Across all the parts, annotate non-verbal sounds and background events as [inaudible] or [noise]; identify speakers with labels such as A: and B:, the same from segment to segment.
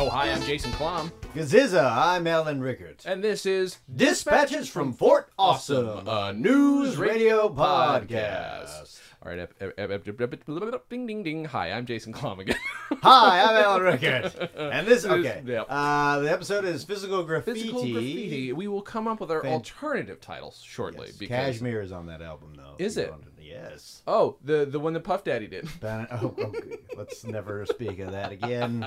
A: Oh, hi. I'm Jason Klom.
B: Gaziza, I'm Alan Rickards.
A: And this is
B: Dispatches from Fort Awesome, a news radio podcast.
A: All right. ep- ep- ep- ep- ep- ep- ep- ep- Ding, ding, ding. Hi, I'm Jason Klom again. [laughs]
B: Hi, I'm Alan Rickards. And this, okay,
A: Yep.
B: uh, the episode is Physical Graffiti.
A: Physical graffiti. We will come up with our
B: Fan-
A: alternative titles shortly.
B: Yes,
A: because
B: Cashmere is on that album, though. if
A: Is
B: you
A: it?
B: wanted to- Yes.
A: Oh, the the one that Puff Daddy did.
B: Ban- oh, oh, good. let's never speak of that
A: [laughs]
B: again.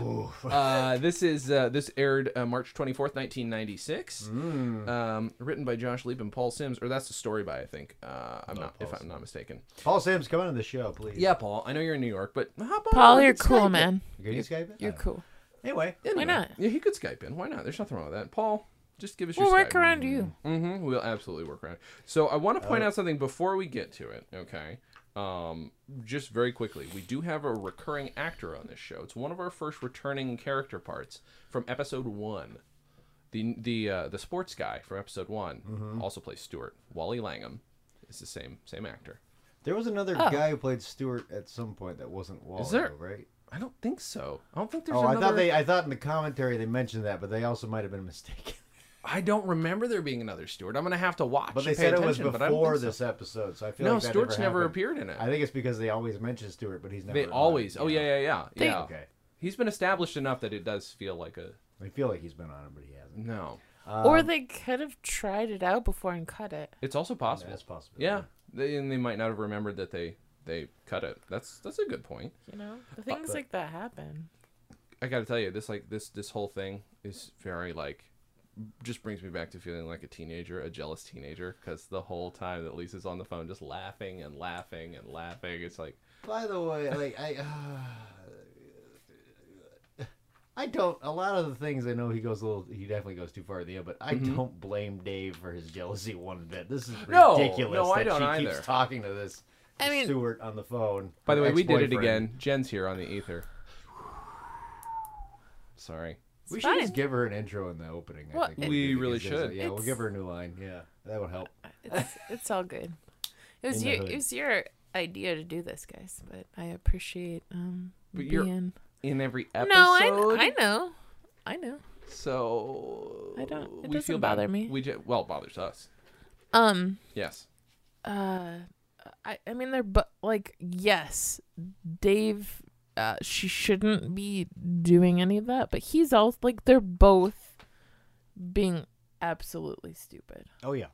B: Ooh.
A: Uh, this is uh, this aired uh, March twenty fourth, nineteen ninety six.
B: Mm.
A: Um, written by Josh Leap and Paul Sims, or that's the story by I think. Uh, I'm not if I'm not mistaken.
B: Paul Sims, come on the show, please.
A: Yeah, Paul. I know you're in New York, but hop on.
C: Paul,
A: we
C: you're
A: can
C: cool,
A: Skype in.
C: man.
B: Can you Skype it?
C: You're
B: Uh,
C: cool.
B: Anyway,
A: Anyway,
C: not?
A: Yeah, he could Skype in. Why not? There's nothing wrong with that. Paul, just give us
C: We'll
A: your
C: work
A: Skype.
C: around you.
A: Mm-hmm. We'll absolutely work around. it. So I want to point
B: Uh,
A: out something before we get to it. Okay. Um, just very quickly, we do have a recurring actor on this show. It's one of our first returning character parts from episode one. The the uh, the sports guy from episode one
B: Mm-hmm.
A: also plays Stuart. Wally Langham is the same same actor.
B: there was another
C: Oh.
B: guy who played Stewart at some point that wasn't Waller,
A: there-
B: right?
A: I don't think so. I don't think there's
B: Oh,
A: another.
B: I thought they. I thought in the commentary they mentioned that, but they also might have been mistaken. [laughs]
A: I don't remember there being another Stuart. I'm gonna have to watch.
B: But they
A: and pay
B: said it was
A: attention, but I don't
B: before
A: think so.
B: this episode, so I feel
A: No,
B: like that
A: Stewart's never
B: happened.
A: appeared in it.
B: I think it's because they always mention Stewart, but he's never.
A: They
B: in it.
A: always. Oh yeah, yeah, yeah.
C: They-
A: yeah.
B: Okay.
A: He's been established enough that it does feel like a
B: I feel like he's been on it, but he hasn't.
A: no.
C: or they could have tried it out before and cut it.
A: It's also possible.
B: That's possible.
A: yeah, they, and they might not have remembered that they they cut it. That's that's a good point.
C: You know, the things like that happen.
A: I got to tell you, this like this this whole thing is very like just brings me back to feeling like a teenager, a jealous teenager, because the whole time that Lisa's on the phone, just laughing and laughing and laughing. It's like
B: By the way, like I, uh, I don't. A lot of the things I know he goes a little. He definitely goes too far at the end, but I don't blame Dave for his jealousy one bit. This is
A: Mm-hmm. No,
B: ridiculous.
A: no, I
B: that
A: don't
B: she
A: either.
B: keeps talking to this.
C: I mean-
B: Stewart on the phone.
A: By the
B: her
A: way, we did it
B: ex-boyfriend.
A: again. Jen's here on the ether. Sorry.
B: We
C: It's
B: should
C: fine.
B: just give her an intro in the opening. I
C: Well,
B: think.
A: We
B: Because
A: really
B: there's a-
A: should.
B: Yeah, we'll
C: It's-
B: give her a new line. Yeah, that would help.
C: It's it's all good. It was
B: In the
C: your
B: hood.
C: it was your idea to do this, guys. But I appreciate um
A: But you're
C: being.
A: In every
C: No,
A: episode.
C: I I know, I know.
A: So
C: I don't- it
A: we feel
C: doesn't
A: bad.
C: bother me.
A: We ju- well, it bothers us.
C: Um,
A: Yes.
C: uh i i mean they're but like yes dave uh she shouldn't be doing any of that but he's also like they're both being absolutely stupid
B: Oh yeah.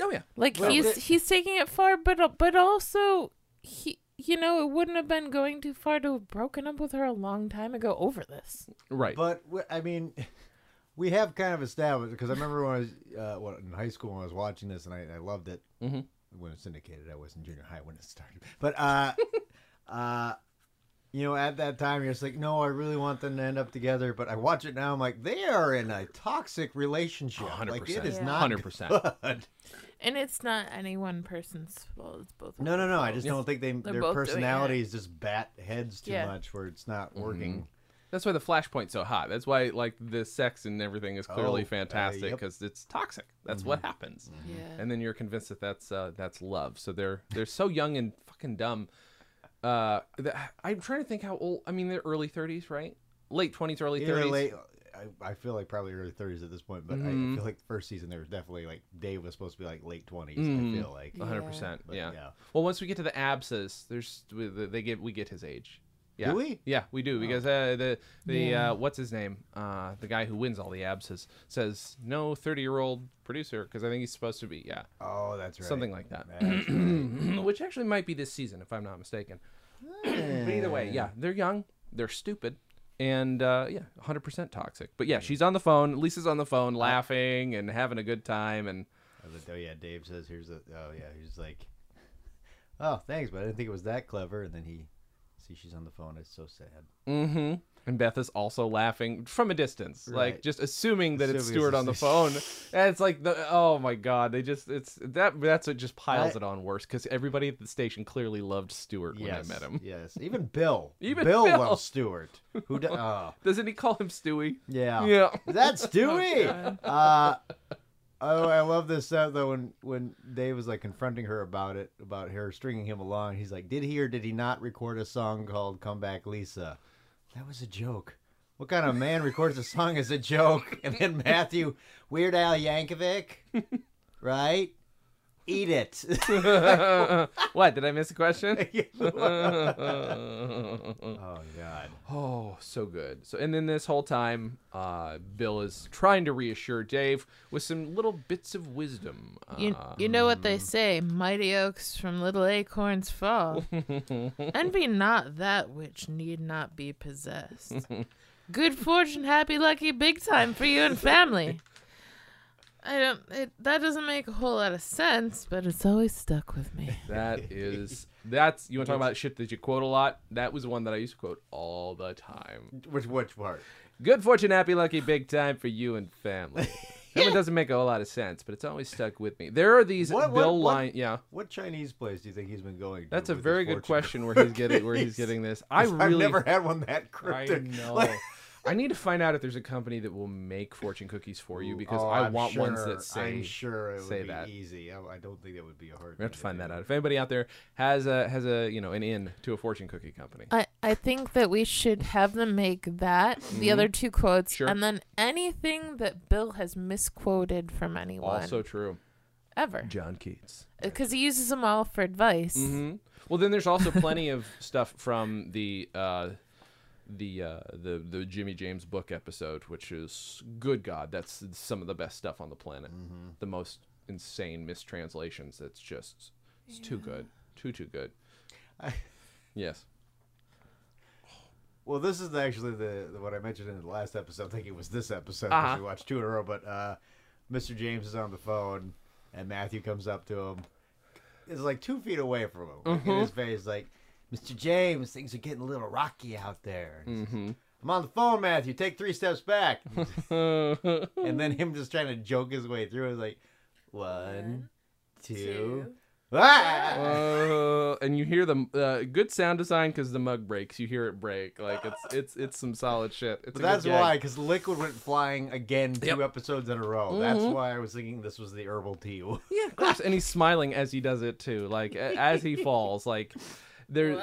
A: Oh yeah.
C: like
B: Well,
C: he's
B: the-
C: he's taking it far but al- but also he you know it wouldn't have been going too far to have broken up with her a long time ago over this
A: Right.
B: But we- I mean, [laughs] we have kind of established because I remember when I was uh, when, in high school when I was watching this and I, I loved it
A: Mhm.
B: when it was syndicated. I was in junior high when it started, but uh, [laughs] uh, you know, at that time you're just like, no, I really want them to end up together. But I watch it now, I'm like, they are in a toxic relationship. Like it
A: 100%.
B: is
C: Yeah.
B: not
A: 100%.
B: [laughs] good.
C: and it's not any one person's fault it's both of
B: No, no,
C: them.
B: no. I just don't think they their
C: both doing it.
B: personalities just bat heads too
C: Yeah.
B: much where it's not working.
A: That's why the flashpoint's so hot. That's why like the sex and everything is clearly
B: Oh, uh,
A: fantastic
B: yep. Mm-hmm.
A: because it's toxic. That's what happens.
C: yeah
A: And then you're convinced that that's uh, that's love. So they're they're so young and fucking dumb. Uh, th- I'm trying to think how old. I mean, they're early 30s, right? Late 20s, early 30s.
B: Either late, I, I feel like probably early 30s at this point, but
A: Mm-hmm.
B: I, I feel like the first season there was definitely like Dave was supposed to be like late 20s. I feel like.
A: 100%.
B: But,
A: Mm-hmm. yeah.
B: yeah.
A: Well, once we get to the abscess, there's we- they get we get his age. Yeah.
B: Do we? Oh.
A: Yeah, we do because uh, the the uh, what's his name? Uh, the guy who wins all the abses says no 30-year-old producer because I think he's supposed to be yeah,
B: Oh, that's right.
A: something like that.
B: That's
A: [clears throat] Which actually might be this season if I'm not mistaken. but either way, yeah, they're young, they're stupid. And uh, yeah, 100% toxic. But yeah, she's on the phone. Lisa's on the phone, laughing and having a good time. And
B: I oh yeah, Dave says here's a oh yeah, he's like, oh thanks, but I didn't think it was that clever. And then he, see she's on the phone. It's so sad.
A: Mm-hmm. And Beth is also laughing from a distance, like
B: Right.
A: just assuming that it's
B: Assuming it's
A: Stuart
B: [laughs]
A: on the phone. And it's like, the, oh my god, they just it's that that's what just piles
B: I-
A: it on worse because everybody at the station clearly loved Stuart when I met him.
B: Yes, even Bill.
A: Even
B: Bill,
A: Bill.
B: loves Stewart. Who? Do- oh,
A: Doesn't he call him Stewie?
B: yeah.
A: [laughs] Yeah.
B: That's Dewey. uh, oh, I love this stuff though. When when Dave was like confronting her about it, about her stringing him along, he's like, "Did he or did he not record a song called Come Back, Lisa?" That was a joke. What kind of man records a song as a joke? [laughs] And then Matthew, Weird Al
A: [laughs]
B: Yankovic, right? Eat it.
A: what did I miss a
B: [laughs]
A: question?
B: oh God.
A: Oh, so good. So, and then this whole time, uh, Bill is trying to reassure Dave with some little bits of wisdom. Uh,
C: You, you know what they say, mighty oaks from little
A: [laughs]
C: acorns fall. Envy not that which need not be possessed. Good fortune, happy, lucky, big time for you
A: [laughs]
C: and family. I don't. It, that doesn't make a whole lot of sense, but it's always stuck with me.
B: [laughs]
A: that is that's you want to talk about shit that you quote a lot. That was one that I used to quote all the time.
B: Which which part?
A: Good fortune, happy, lucky, big time for you and
B: [laughs]
A: family. That one doesn't make a whole lot of sense, but it's always stuck with me. There are these
B: What- what-
A: Bill
B: what-
A: line, yeah.
B: What Chinese place do you think he's been going to?
A: That's a
B: with his
A: very good
B: fortune?
A: question where he's getting where
B: [laughs]
A: he's getting this. I really
B: I've never had one that
A: I
B: cryptic. [laughs]
A: know.
B: Like-
A: I need to find out if there's a company that will make fortune cookies for you because
B: Oh,
A: I
B: I'm
A: want ones
B: sure-
A: that say.
B: I'm sure it
A: say
B: would be
A: that.
B: easy. I, I don't think that would be a hard.
A: We have to find that out. If anybody out there has a has a you know an in to a fortune cookie company,
C: I, I think that we should have them make that the other two quotes,
A: Mm-hmm. Sure.
C: and then anything that Bill has misquoted from anyone
A: also true.
C: ever,
A: John Keats.
C: because he uses them all for advice.
B: Mm-hmm.
A: hmm Well, then there's also plenty of [laughs] stuff from the uh, the uh, the the Jimmy James book episode, which is good God, that's some of the best stuff on the planet.
B: Mm-hmm.
A: The most insane mistranslations. That's just it's too good, too too
B: [laughs]
A: good. yes.
B: Well, this is actually the, the what I mentioned in the last episode. I think it was this episode which
A: Uh-huh.
B: we watched two in a row. But uh, Mr. James is on the phone, and Matthew comes up to him. It's like two feet away from him, like, in his face, like, "Mr. James, things are getting a little rocky out there." And he's like, I'm on the phone, Matthew. Take three steps back. [laughs] and then him just trying to joke his way through. It was like, one, two, ah!
A: Uh, and you hear the uh, good sound design because the mug breaks. You hear it break. Like it's it's it's some solid shit. It's
B: But
A: a good
B: that's
A: gag.
B: why, because Liquid went flying again two
A: Yep. Mm-hmm.
B: episodes in a row. That's why I was thinking this was the herbal tea. [laughs]
A: Yeah, of course. And he's smiling as he does it too. Like a- as he falls, like there,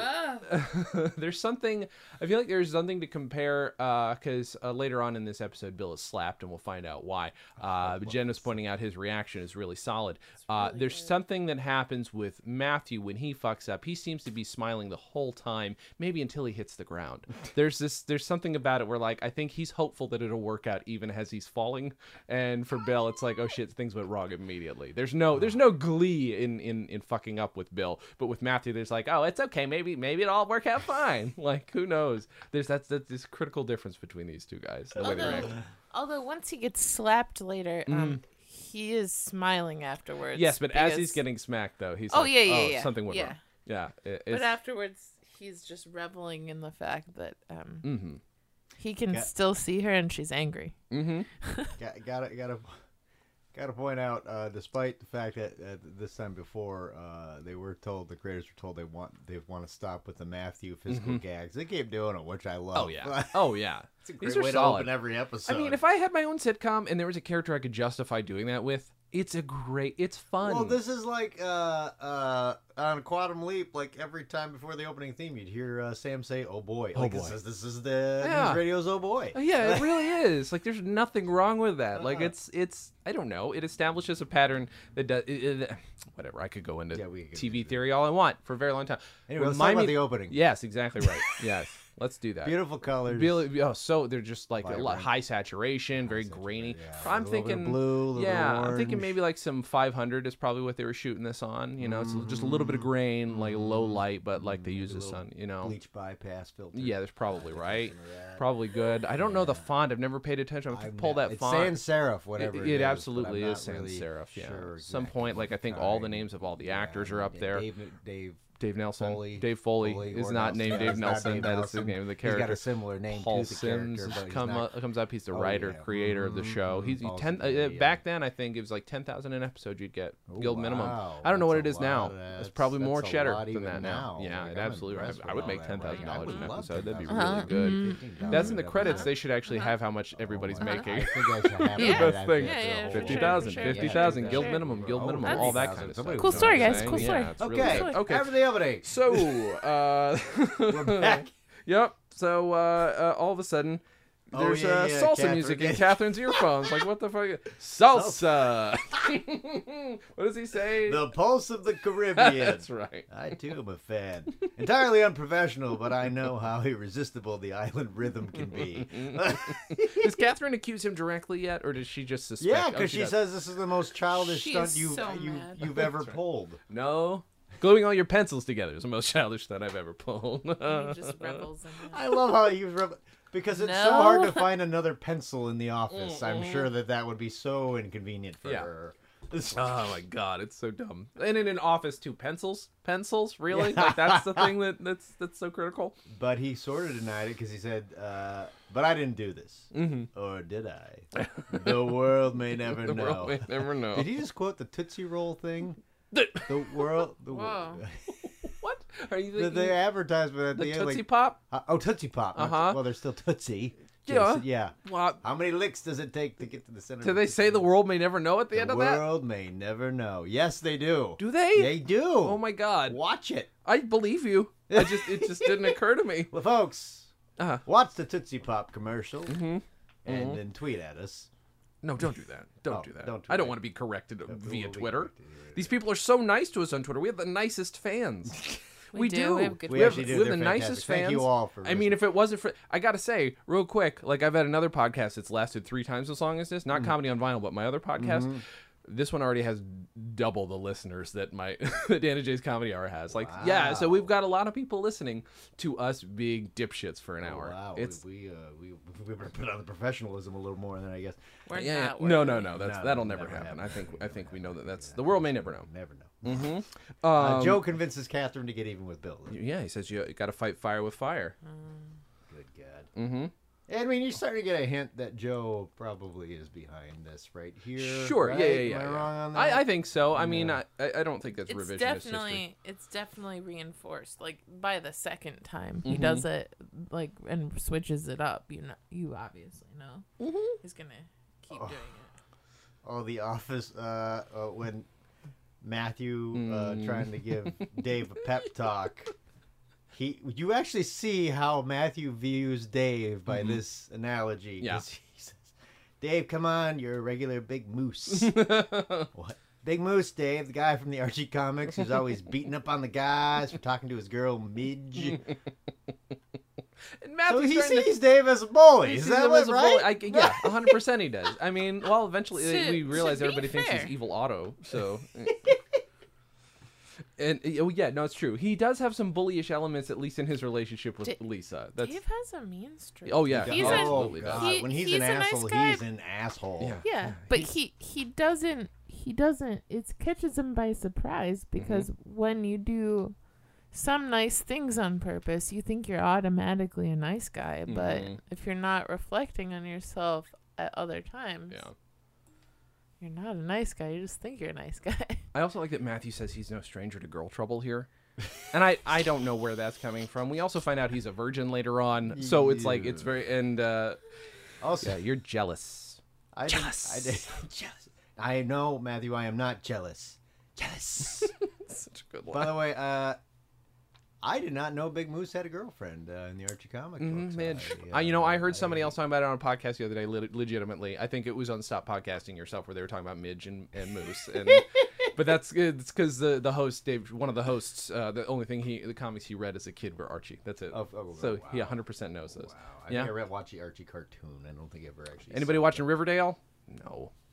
A: [laughs] there's something. I feel like there's something to compare because uh, later on in this episode, Bill is slapped, and we'll find out why. Uh, but Jen was pointing out his reaction is really solid. Uh, there's something that happens with Matthew when he fucks up. He seems to be smiling the whole time, maybe until he hits the ground. There's this. There's something about it where like I think he's hopeful that it'll work out even as he's falling. And for Bill, it's like oh shit, things went wrong immediately. There's no there's no glee in in in fucking up with Bill, but with Matthew, there's like oh it's okay, maybe maybe it'll all work out fine. [laughs] like who knows? There's that's that's this critical difference between these two guys. The way they
C: Although,
A: react. Mm-hmm.
C: although once he gets slapped later, um, he is smiling afterwards.
A: Yes, but as he's
C: because-
A: getting smacked though, he's
C: Oh,
A: like,
C: yeah, yeah,
A: oh,
C: yeah.
A: something went
C: Yeah.
A: wrong. Yeah, it-
C: but
A: it's-
C: afterwards he's just reveling in the fact that um,
A: Mhm.
C: he can
B: Yeah.
C: still see her and
A: [laughs]
C: she's angry.
A: Mm-hmm.
B: Got, gotta, gotta, gotta point out, uh, despite the fact that uh, this time before uh, they were told the creators were told they want they want to stop with the Matthew physical gags, they keep doing it, which I love.
A: Mm-hmm. oh yeah, oh yeah.
B: it's a [laughs]
A: [laughs]
B: great
A: These
B: way
A: are solid.
B: to open every episode.
A: I mean, if I had my own sitcom and there was a character I could justify doing that with, it's a great, it's fun.
B: Well, this is like uh, uh, on Quantum Leap. Like every time before the opening theme, you'd hear uh, Sam say, "Oh boy!"
A: Oh,
B: like,
A: boy.
B: This is, this is the
A: Yeah.
B: news radio's "Oh boy."
A: Oh, yeah,
B: [laughs]
A: it really is. Like, there's nothing wrong with that.
B: Uh-huh.
A: Like, it's it's I don't know. It establishes a pattern that does it, it- whatever. I could go into
B: Yeah, we could go
A: TV theory all I want for a very long time.
B: Anyway, let's
A: [laughs]
B: talk
A: Remind
B: about
A: me-
B: the opening.
A: Yes, exactly right. yes. Let's do that.
B: Beautiful colors.
A: Beautiful. Oh, so they're just like a lot
B: Vibrant.
A: high saturation, very grainy.
B: yeah.
A: I'm
B: A little bit of
A: thinking
B: blue, a little bit of
A: Yeah, I'm thinking
B: orange.
A: maybe like some 500 is probably what they were shooting this on. You know, it's just a little bit of
B: Mm-hmm.
A: grain, like low light, but like they use the sun. You know,
B: Bleach bypass filter.
A: yeah, there's probably right,
B: into that.
A: probably good. I don't know the font. I've never paid attention. I'm gonna
B: I've
A: pull
B: ne-
A: that
B: it's
A: font.
B: sans serif, whatever.
A: It, it
B: is, but I'm
A: absolutely
B: not
A: is sans
B: really
A: serif. Yeah.
B: sure
A: Some
B: exactly
A: point, like I
B: what
A: think all the
B: kind.
A: names of all the
B: Yeah,
A: actors
B: I
A: are
B: mean,
A: up there.
B: Dave, Dave
A: Dave Nelson,
B: Foley-
A: Dave Foley,
B: Foley
A: is
B: or
A: not
B: Nelson.
A: named
B: Yeah,
A: Dave
B: it's not
A: Nelson.
B: Dave
A: That is the
B: Nelson.
A: name of the
B: He's
A: character.
B: got a similar name
A: Paul
B: to the
A: Sims
B: character,
A: has
B: but he's
A: come
B: not-
A: up, comes up. He's the
B: Oh,
A: writer,
B: yeah.
A: creator of the show. He's he
B: Paul
A: ten uh,
B: Sims,
A: uh,
B: yeah.
A: back then. I think it was like ten thousand in episodes you'd get
B: Oh,
A: guild minimum.
B: wow.
A: I don't know what it
B: That's
A: is
B: a lot.
A: now. It's
B: That's-
A: probably more
B: that's a
A: cheddar
B: lot
A: than
B: even
A: that now.
B: now.
A: Yeah,
B: Like,
A: it
B: I'm
A: absolutely. right.
B: impressed
A: I
B: with
A: would
B: all
A: make
B: that
A: ten
B: right
A: thousand
B: now. I
A: dollars
B: would
A: an
B: love
A: episode. That'd be really
B: $10,000
A: good.
B: $15
A: That's in
B: an
A: the
B: episode.
A: credits. They should actually
C: Uh-huh.
A: have how much everybody's
B: my God.
A: making.
B: I think I
A: [laughs]
B: should have
A: Yeah.
B: that.
A: Best thing.
B: I think
C: Yeah,
B: it's a
C: yeah,
B: whole
C: for
A: Fifty
C: sure,
A: thousand,
C: for sure.
A: fifty thousand,
C: Yeah.
A: guild
C: Yeah.
A: minimum, guild
B: Oh,
A: minimum,
B: that's-
A: all that kind of
B: Somebody
A: stuff.
B: was
C: Cool story,
B: doing
C: guys.
B: that.
C: Cool story.
A: Yeah, it's really
B: Okay.
A: good.
B: Okay.
A: Okay.
B: Have the
A: [laughs]
B: update.
A: So, uh,
B: [laughs] We're back.
A: [laughs] Yep. So uh, uh, all of a sudden,
B: Oh,
A: there's
B: yeah,
A: uh,
B: yeah,
A: salsa
B: Catherine
A: music in
B: [laughs] Gage.
A: Catherine's earphones. Like, what the fuck? Salsa. [laughs] what does he say?
B: [laughs] The pulse of the Caribbean.
A: That's right.
B: I too am a fan. Entirely unprofessional, but I know how [laughs] irresistible the island rhythm can
A: [laughs]
B: be. [laughs]
A: Does Catherine accuse him directly yet, or does she just suspect?
B: yeah,
A: Oh,
B: because she
A: does.
B: says this is the most childish
C: She
B: stunt
C: is
B: you've
C: so
B: you,
C: mad.
B: you've ever pulled.
A: no. Gluing all your pencils together is the most [laughs] childish thing I've ever pulled.
C: He just rebels in that.
B: I love how you re- because it's so
C: No.
B: hard to find another pencil in the office. I'm sure that that would be so inconvenient for
A: Yeah.
B: her.
A: [laughs]
B: [laughs]
A: Oh my god, it's so dumb. And in an office too, pencils, pencils, really? Like that's the thing that that's that's so critical.
B: But he sort of denied it because he said, uh, "But I didn't do this, or did
A: [laughs]
B: I? the world may [laughs] never
A: Mm-hmm. The
B: know."
A: world may never know.
B: [laughs] Did he just quote the Tootsie Roll thing?
A: [laughs] The-
B: The world, the, wo- [laughs]
C: Whoa.
A: what are you
B: the,
A: thinking?
B: the advertisement at
A: E- the
B: the, end,
A: Tootsie
B: like,
A: Pop?
B: uh, oh Tootsie Pop. not-
A: Uh-huh.
B: Well, they're still Tootsie.
A: Yeah.
B: Jason, yeah.
A: What?
B: How many licks does it take to get to the center?
A: Do
B: of
A: they
B: Tootsie
A: say the
B: Roll?
A: world may never know at the, end
B: The
A: of that?
B: world may never know. Yes, they do.
A: Do they?
B: They do.
A: Oh my god.
B: Watch it,
A: I believe you. I just it
B: [laughs]
A: just didn't occur to me.
B: well, folks.
A: Uh-huh. Mm-hmm.
B: Watch the Tootsie Pop commercial, and then tweet at us.
A: No, don't do that. Don't
B: Oh,
A: do that.
B: don't do
A: I don't
B: that.
A: want to be corrected via
B: will be
A: Twitter.
B: corrected,
A: These people are so nice to us on Twitter. We have the nicest
B: [laughs]
A: fans.
C: We do. We have good
B: We
A: We have,
B: actually do.
A: we have the
B: They're fantastic.
A: nicest fans.
B: Thank you all for
A: I mean,
B: listening.
A: if it wasn't for, I gotta say, real quick, like I've had another podcast that's lasted three times as long as this.
B: Mm-hmm.
A: Not comedy on vinyl, but my other podcast. This one already has double the listeners that my [laughs] that Dan and Jay's Comedy Hour has. Like, yeah, so we've got a lot of people listening to us being dipshits for an hour.
B: Wow, we-
A: it's
B: we uh, we [laughs] we better put on the professionalism a little more than I guess.
C: We're
A: yeah,
C: not
A: no,
C: working.
A: no, no. That's
B: No,
A: that'll
B: that'll
A: never,
B: never
A: happen.
B: happen.
A: I think I think we know that. That's the world may never know.
B: Never know.
A: Um,
B: Uh, Joe convinces Catherine to get even with Bill.
A: yeah, he says you got to fight fire with fire.
B: Good God. Mm-hmm. I mean, you're starting to get a hint that Joe probably is behind this right here.
A: Sure.
B: right?
A: Yeah, yeah, yeah.
B: Am I
A: yeah.
B: wrong on that?
A: I, I think so. I mean, I, I I don't think that's
C: It's
A: revisionist
C: definitely
A: history.
C: it's definitely reinforced. Like by the second time
A: Mm-hmm.
C: he does it, like and switches it up. You know, you obviously know
A: [laughs]
C: he's gonna keep doing it.
B: Oh, The Office. Uh, uh, when Matthew
A: Hmm.
B: uh, trying
A: [laughs]
B: to give Dave a pep talk. He, you actually see how Matthew views Dave by this analogy.
A: Mm-hmm. Yeah.
B: 'cause He says, Dave, come on, you're a regular big moose.
A: [laughs]
B: what? Big Moose Dave, the guy from the Archie comics who's always beating up on the guys for talking to his girl
A: [laughs]
B: Midge.
A: And
B: So
A: Matthew's
B: he
A: trying to-
B: sees Dave as a bully.
A: he
B: Is
A: sees
B: that
A: him
B: what,
A: as a bully.
B: [laughs] right?
A: I, yeah, hundred percent he does. I mean, well, eventually
C: To-
A: uh, we
C: to
A: realize
C: be
A: everybody thinks
C: fair.
A: he's evil Otto.
B: [laughs]
A: So, eh. and uh, oh yeah, no, it's true. He does have some bullyish elements, at least in his relationship with
C: Da-
A: Lisa. That's
C: Dave has a mean streak.
A: oh yeah, he
C: He's a-
A: absolutely does.
B: God.
C: He-
B: when he's,
C: he's
B: an
C: a nice
B: asshole,
C: guy.
B: he's an asshole.
A: Yeah.
C: yeah, but he he doesn't he doesn't it catches him by surprise
B: Mm-hmm.
C: because when you do some nice things on purpose you think you're automatically a nice guy but
B: Mm-hmm.
A: Mhm.
C: if you're not reflecting on yourself at other times
A: Yeah.
C: you're not a nice guy you just think you're a nice [laughs] guy
A: I also like that Matthew says he's no stranger to girl trouble here. And I, I don't know where that's coming from. We also find out he's a virgin later on. So it's like, it's very, and, uh,
B: Also,
A: yeah, you're jealous.
B: I jealous. I, did, [laughs] jealous. I know, Matthew. I am not jealous. Jealous.
A: Such a good
B: [laughs] By
A: line.
B: the way, uh, I did not know Big Moose had a girlfriend uh, in the Archie comic
A: Mhm,
B: books.
A: man,
B: uh,
A: I, you know, I heard somebody else talking about it on a podcast the other day. Lit legitimately, I think it was on Stop Podcasting Yourself, where they were talking about Midge and, and Moose, and but that's it's because the the host Dave, one of the hosts, uh, the only thing he the comics he read as a kid were Archie. That's it.
B: Oh, oh,
A: so
B: wow.
A: he 100 percent knows those.
B: Wow. I
A: Yeah.
B: think I read watched the Archie cartoon. I don't think I ever actually.
A: Anybody
B: saw
A: watching Riverdale? No.
B: it.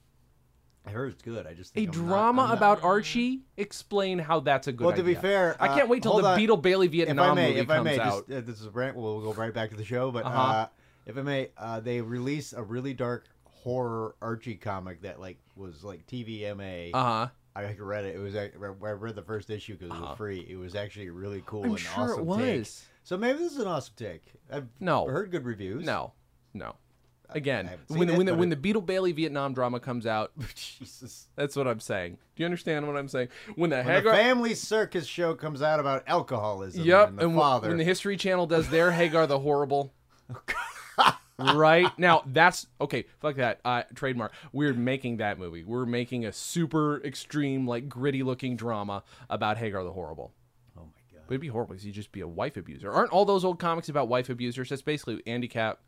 B: I heard it's good. I just
A: A
B: think I'm not-
A: drama
B: I'm not-
A: about Archie. Explain how that's a good.
B: Well, to be
A: idea.
B: fair,
A: I can't
B: uh,
A: wait till
B: hold
A: the
B: on.
A: Beetle Bailey
B: If I
A: Vietnam
B: may,
A: movie
B: if I
A: comes
B: may,
A: out.
B: just, uh, this is Brent. We'll go right back to the show, but uh
A: Uh-huh.
B: if I may, uh, they released a really dark horror Archie comic that like was like TVMA.
A: Uh huh.
B: I actually read it. It was act- I read the first issue because it was free. It was actually really cool
A: Uh-huh. I'm
B: and
A: sure
B: awesome.
A: it
B: take.
A: was.
B: So maybe this is an awesome take. I've
A: No.
B: heard good reviews.
A: No, no. Again,
B: haven't seen
A: when the
B: it,
A: when the
B: but
A: when
B: it-
A: the Beetle Bailey Vietnam drama comes out, [laughs]
B: Jesus.
A: that's what I'm saying. Do you understand what I'm saying? When the
B: When the
A: Hagar,
B: family circus show comes out about alcoholism.
A: yep,
B: and
A: and
B: the
A: wh-
B: father.
A: when the History Channel does
B: [laughs]
A: their Hagar the Horrible. right now, that's okay. Fuck that. Uh, trademark. We're making that movie. We're making a super extreme, like gritty looking drama about Hagar the Horrible.
B: oh my god.
A: But it'd be horrible because you'd just be a wife abuser. Aren't all those old comics about wife abusers? That's basically Andy Cap,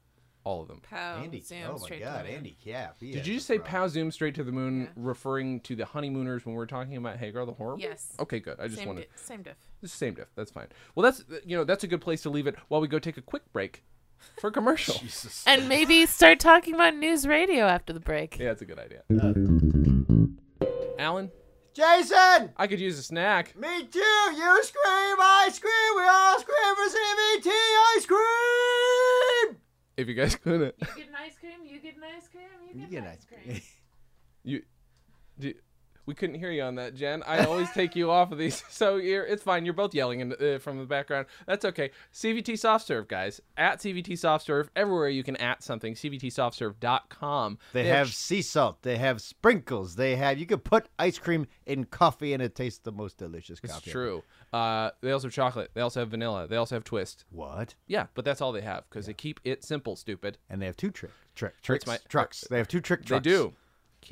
A: all of them.
C: Pow.
B: Andy.
C: Zoom
B: oh my
C: straight to
B: god.
C: the moon.
B: Andy Cap. he
A: Did
B: has
A: you
B: a
A: just say
B: problem.
A: pow zoom straight to the moon,
C: Yeah.
A: referring to the honeymooners when we were talking about Hagar the Horrible?
C: Yes.
A: Okay, good. I just
C: Same,
A: wanted
C: di- same diff.
A: the same diff. That's fine. Well, that's you know that's a good place to leave it while we go take a quick break for a
B: [laughs]
A: commercial.
B: Jesus.
C: And maybe start talking about news radio after the break.
A: yeah, that's a good idea. Alan,
B: Jason!
A: I could use a snack.
B: Me too! You scream, I scream, we all scream for CBT ice cream!
A: If you guys [laughs] couldn't,
C: You get an ice cream. You get an ice cream.
B: You get an ice cream.
A: you, do, we couldn't hear you on that, Jen. I always take you off of these, [laughs] so you're it's fine. You're both yelling in, uh, from the background. That's okay. CVT Soft Serve, guys. At CVT Soft Serve, everywhere you can at something. CVTSoftServe.com.
B: They have sea salt, they have sprinkles, they have. You could put ice cream in coffee and it tastes the most delicious coffee.
A: It's true. Uh, they also have chocolate. They also have vanilla. They also have twist.
B: What?
A: Yeah, but that's all they have because they keep it simple, stupid.
B: And they have two trick, trick tricks.
A: my- uh,
B: trucks. They have two trick
A: They
B: trucks.
A: do.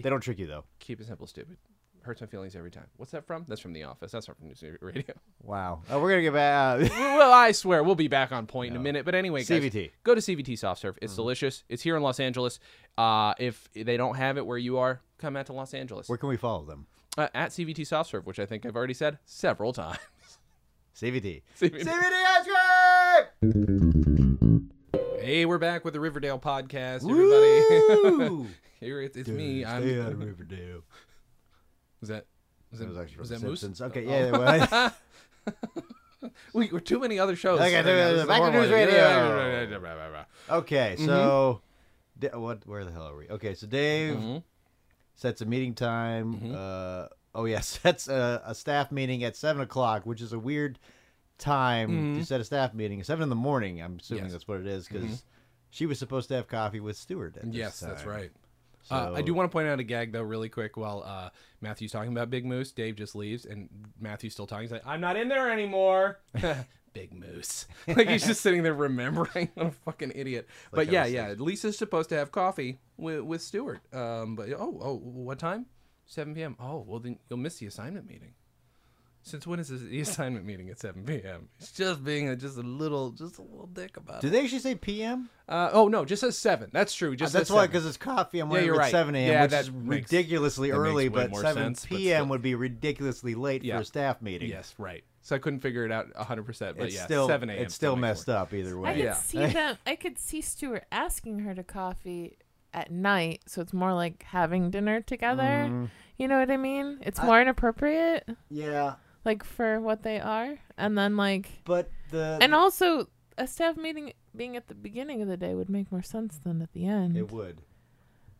B: They don't trick you, though.
A: Keep it simple, stupid. Hurts my feelings every time. What's that from? That's from The Office. That's not from News [laughs] Radio.
B: Wow. Oh, we're going to get back.
A: well, I swear we'll be back on point in a minute. But anyway, guys,
B: CVT.
A: Go to CVT Soft Serve. It's delicious. It's here in Los Angeles. Uh, if they don't have it where you are, come out to Los Angeles
B: [laughs] Where can we follow them?
A: uh, at CVT Soft Serve, which I think I've already said several [laughs] times.
B: CVT.
A: CVT.
B: ice cream!
A: Hey, we're back with the Riverdale podcast, [laughs] everybody.
B: Woo!
A: here it- it's me. I'm
B: Stay out of Riverdale.
A: Was that was
B: That
A: that,
B: was actually from
A: was
B: The
A: that Moose? Oh,
B: Simpsons. Okay, yeah, it
A: [laughs]
B: was.
A: We were too many other shows.
B: Okay,
A: Right now,
B: there-
A: this is
B: back to
A: horrible.
B: News Radio. Okay,
A: Mm-hmm.
B: so Da- what? Where the hell are we? Okay, so Dave
A: Mm-hmm.
B: sets a meeting time. Uh, oh yeah, [laughs] sets a, a staff meeting at seven o'clock, which is a weird time to set a staff meeting. Seven in the morning. I'm assuming
A: Mm-hmm. Yes. Mm-hmm.
B: that's what it is because she was supposed to have coffee with Stewart. At this
A: Yes, that's
B: time.
A: right. Uh, I
B: So-
A: do want to point out a gag though, really quick. While uh, Matthew's talking about Big Moose, Dave just leaves, and Matthew's still talking. He's like, "I'm not in there anymore." [laughs] Big Moose, [laughs] like he's just sitting there remembering. I'm a fucking idiot. but
B: I
A: yeah,
B: was
A: yeah. Lisa's supposed to have coffee with with Stewart. Um, but oh, oh, what time? 7 p.m. Oh, well then you'll miss the assignment meeting. Since when is this, the [laughs] assignment meeting at 7 p.m.? It's just being a, just a little, just a little dick about
B: Did
A: it.
B: they actually say PM?
A: Uh, oh no, just says seven. That's true. Just
B: Uh, that's
A: says
B: why,
A: seven.
B: because it's coffee. I'm
A: Yeah,
B: wondering
A: you're
B: if it's
A: right.
B: seven a.m.,
A: Yeah,
B: which
A: that
B: is
A: makes-
B: ridiculously
A: that makes
B: early,
A: way
B: but
A: more
B: seven
A: sense, but
B: p.m.
A: still.
B: would be ridiculously late
A: Yeah.
B: for a staff meeting.
A: Yes, right. So I couldn't figure it out 100%, but
B: it's
A: yeah,
B: still
A: 7 a.m.
B: It's still messed up either
C: I
B: way.
C: could
A: Yeah.
C: see them. I could see Stuart asking her to coffee at night, so it's more like having dinner together.
B: Mm-hmm.
C: You know what I mean? It's more inappropriate,
B: Yeah,
C: like for what they are, and then like,
B: but the
C: and also a staff meeting being at the beginning of the day would make more sense than at the end.
B: it would.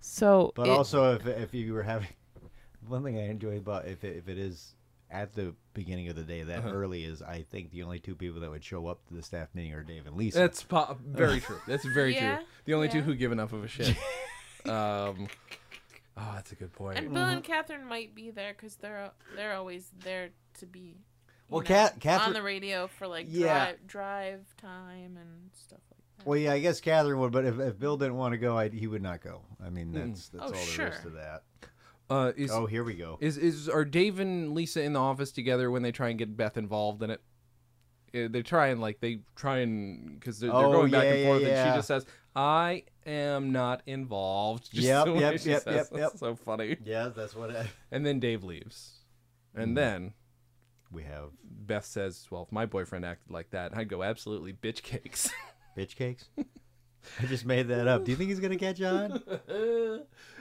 C: so,
B: But
C: it-
B: also, if if you were having [laughs] one thing I enjoy about if it, if it is at the beginning of the day
A: Uh-huh.
B: that early is I think the only two people that would show up to the staff meeting are Dave and Lisa.
A: That's po- very true. That's very
C: Yeah,
A: true. The only two
C: yeah.
A: who give enough of a
B: [laughs]
A: shit. um, oh, that's a good point.
C: and Bill and Catherine might be there because they're they're always there to be.
B: Well,
C: you know,
B: Cat-
C: on
B: Catherine-
C: the radio for like
B: Yeah.
C: drive, drive time and stuff like that.
B: well, yeah, I guess Catherine would, but if, if Bill didn't want to go, I, he would not go. I mean, that's that's
C: Oh,
B: all there is
C: sure.
B: to that.
A: Uh, Hmm. is,
B: Oh, here we go.
A: is, is Are Dave and Lisa in the office together when they try and get Beth involved in it? Uh, They try and like they try and because they're, they're
B: Oh,
A: going back
B: yeah,
A: and
B: yeah,
A: forth, and
B: yeah.
A: she just says, "I am not involved." [laughs] Just
B: Yep,
A: the way
B: yep,
A: she
B: yep,
A: says.
B: yep,
A: That's
B: yep.
A: So funny.
B: Yeah, that's what. I,
A: And then Dave leaves.
B: Hmm.
A: And then
B: We have
A: Beth says, "Well, if my boyfriend acted like that, I'd go absolutely bitch cakes." [laughs]
B: bitch cakes. [laughs] I just made that up. Do you think he's gonna
A: [laughs]
B: catch on?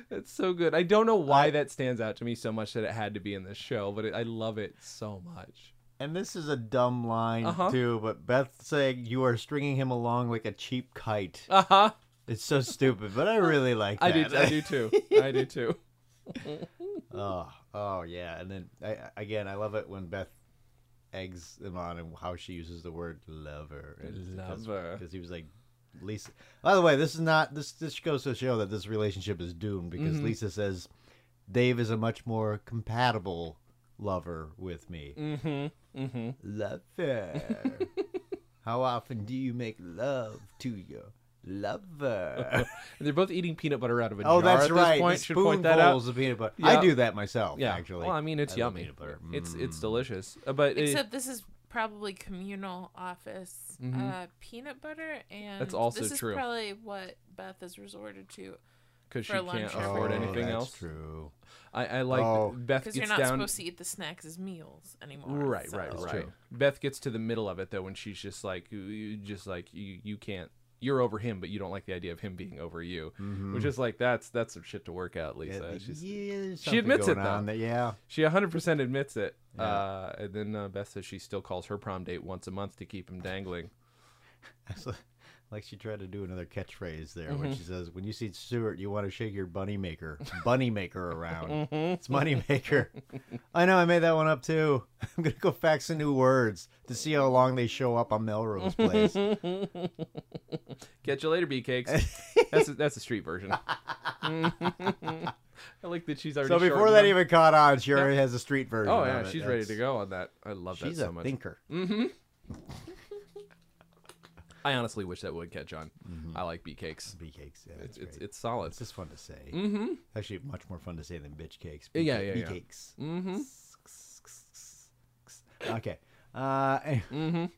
A: That's so good. I don't know why that stands out to me so much that it had to be in this show, but it, I love it so much.
B: And this is a dumb line
A: Uh-huh.
B: too, but Beth saying you are stringing him along like a cheap kite.
A: Uh huh.
B: It's so stupid, but I really like
A: I
B: that.
A: do. I do too. I do too.
B: [laughs] oh, oh yeah. And then I, I- again, I love it when Beth eggs him on and how she uses the word lover.
A: Lover.
B: Because he was like, Lisa. By the way, this is not this. This goes to show that this relationship is doomed because
A: Mm-hmm.
B: Lisa says Dave is a much more compatible lover with me.
A: [laughs] Mm-hmm. Mm-hmm. [laughs]
B: lover. How often do you make love to your
A: [laughs]
B: lover?
A: And they're both eating peanut butter out of a jar
B: oh, that's
A: at this
B: right.
A: point. Should point that out.
B: Spoonfuls of peanut butter.
A: Yeah.
B: I do that myself,
A: Yeah.
B: actually.
A: Well, I mean, it's
B: I love
A: yummy.
B: peanut butter.
A: It's it's
B: Mm.
A: delicious. Uh, But it-
C: Except this is probably communal office
B: Mm-hmm.
C: uh, peanut butter, and
A: also
C: this is
A: true.
C: probably what Beth has resorted to
A: because she
C: for
A: can't
C: lunch or
A: afford
C: Oh,
A: anything
B: that's
A: else.
B: True.
A: I, I like
B: Oh.
A: Beth
C: because
A: gets
C: you're not
A: down.
C: supposed to eat the snacks as meals anymore.
A: Right,
C: so-
A: right, right.
B: true.
A: Beth gets to the middle of it though when she's just like, you- you- just like you, you can't. You're over him, but you don't like the idea of him being over you, which is like that's that's some shit to work out,
B: Yeah,
A: Lisa. She's,
B: yeah, there's
A: she
B: something
A: admits it,
B: going on
A: though.
B: there, yeah.
A: [laughs]
B: [laughs]
A: She 100% admits it.
B: Yeah.
A: Uh, and then uh, Beth says she still calls her prom date once a month to keep him dangling.
B: It's li- like she tried to do another catchphrase there
A: Mm-hmm.
B: when she says, "When you see Stewart, you want to shake your bunny maker, bunny maker
A: [laughs]
B: around.
A: Mm-hmm.
B: it's money maker." I know I made that one up too. [laughs] I'm gonna go fax the new words to see how long they show up on Melrose Place.
A: Catch you later, B cakes.
B: [laughs]
A: that's a, that's a street version. I like that she's already.
B: so before
A: shortened
B: that
A: them.
B: even caught on, she already has a street version.
A: Oh
B: of
A: yeah,
B: it.
A: she's ready
B: That's-
A: to go on that. I love that
B: She's
A: so
B: a
A: much.
B: thinker.
A: I honestly wish that would catch on. I like B cakes.
B: Bee cakes. Yeah,
A: It's
B: it's,
A: it's,
B: great.
A: it's solid.
B: It's just fun to say. Mm-hmm. Actually, much more fun to say than bitch cakes. Bee
A: Yeah,
B: ca-
A: yeah,
B: bee
A: yeah.
B: cakes.
A: Mm.
B: Mm-hmm. Okay. Uh, mm-hmm. [laughs]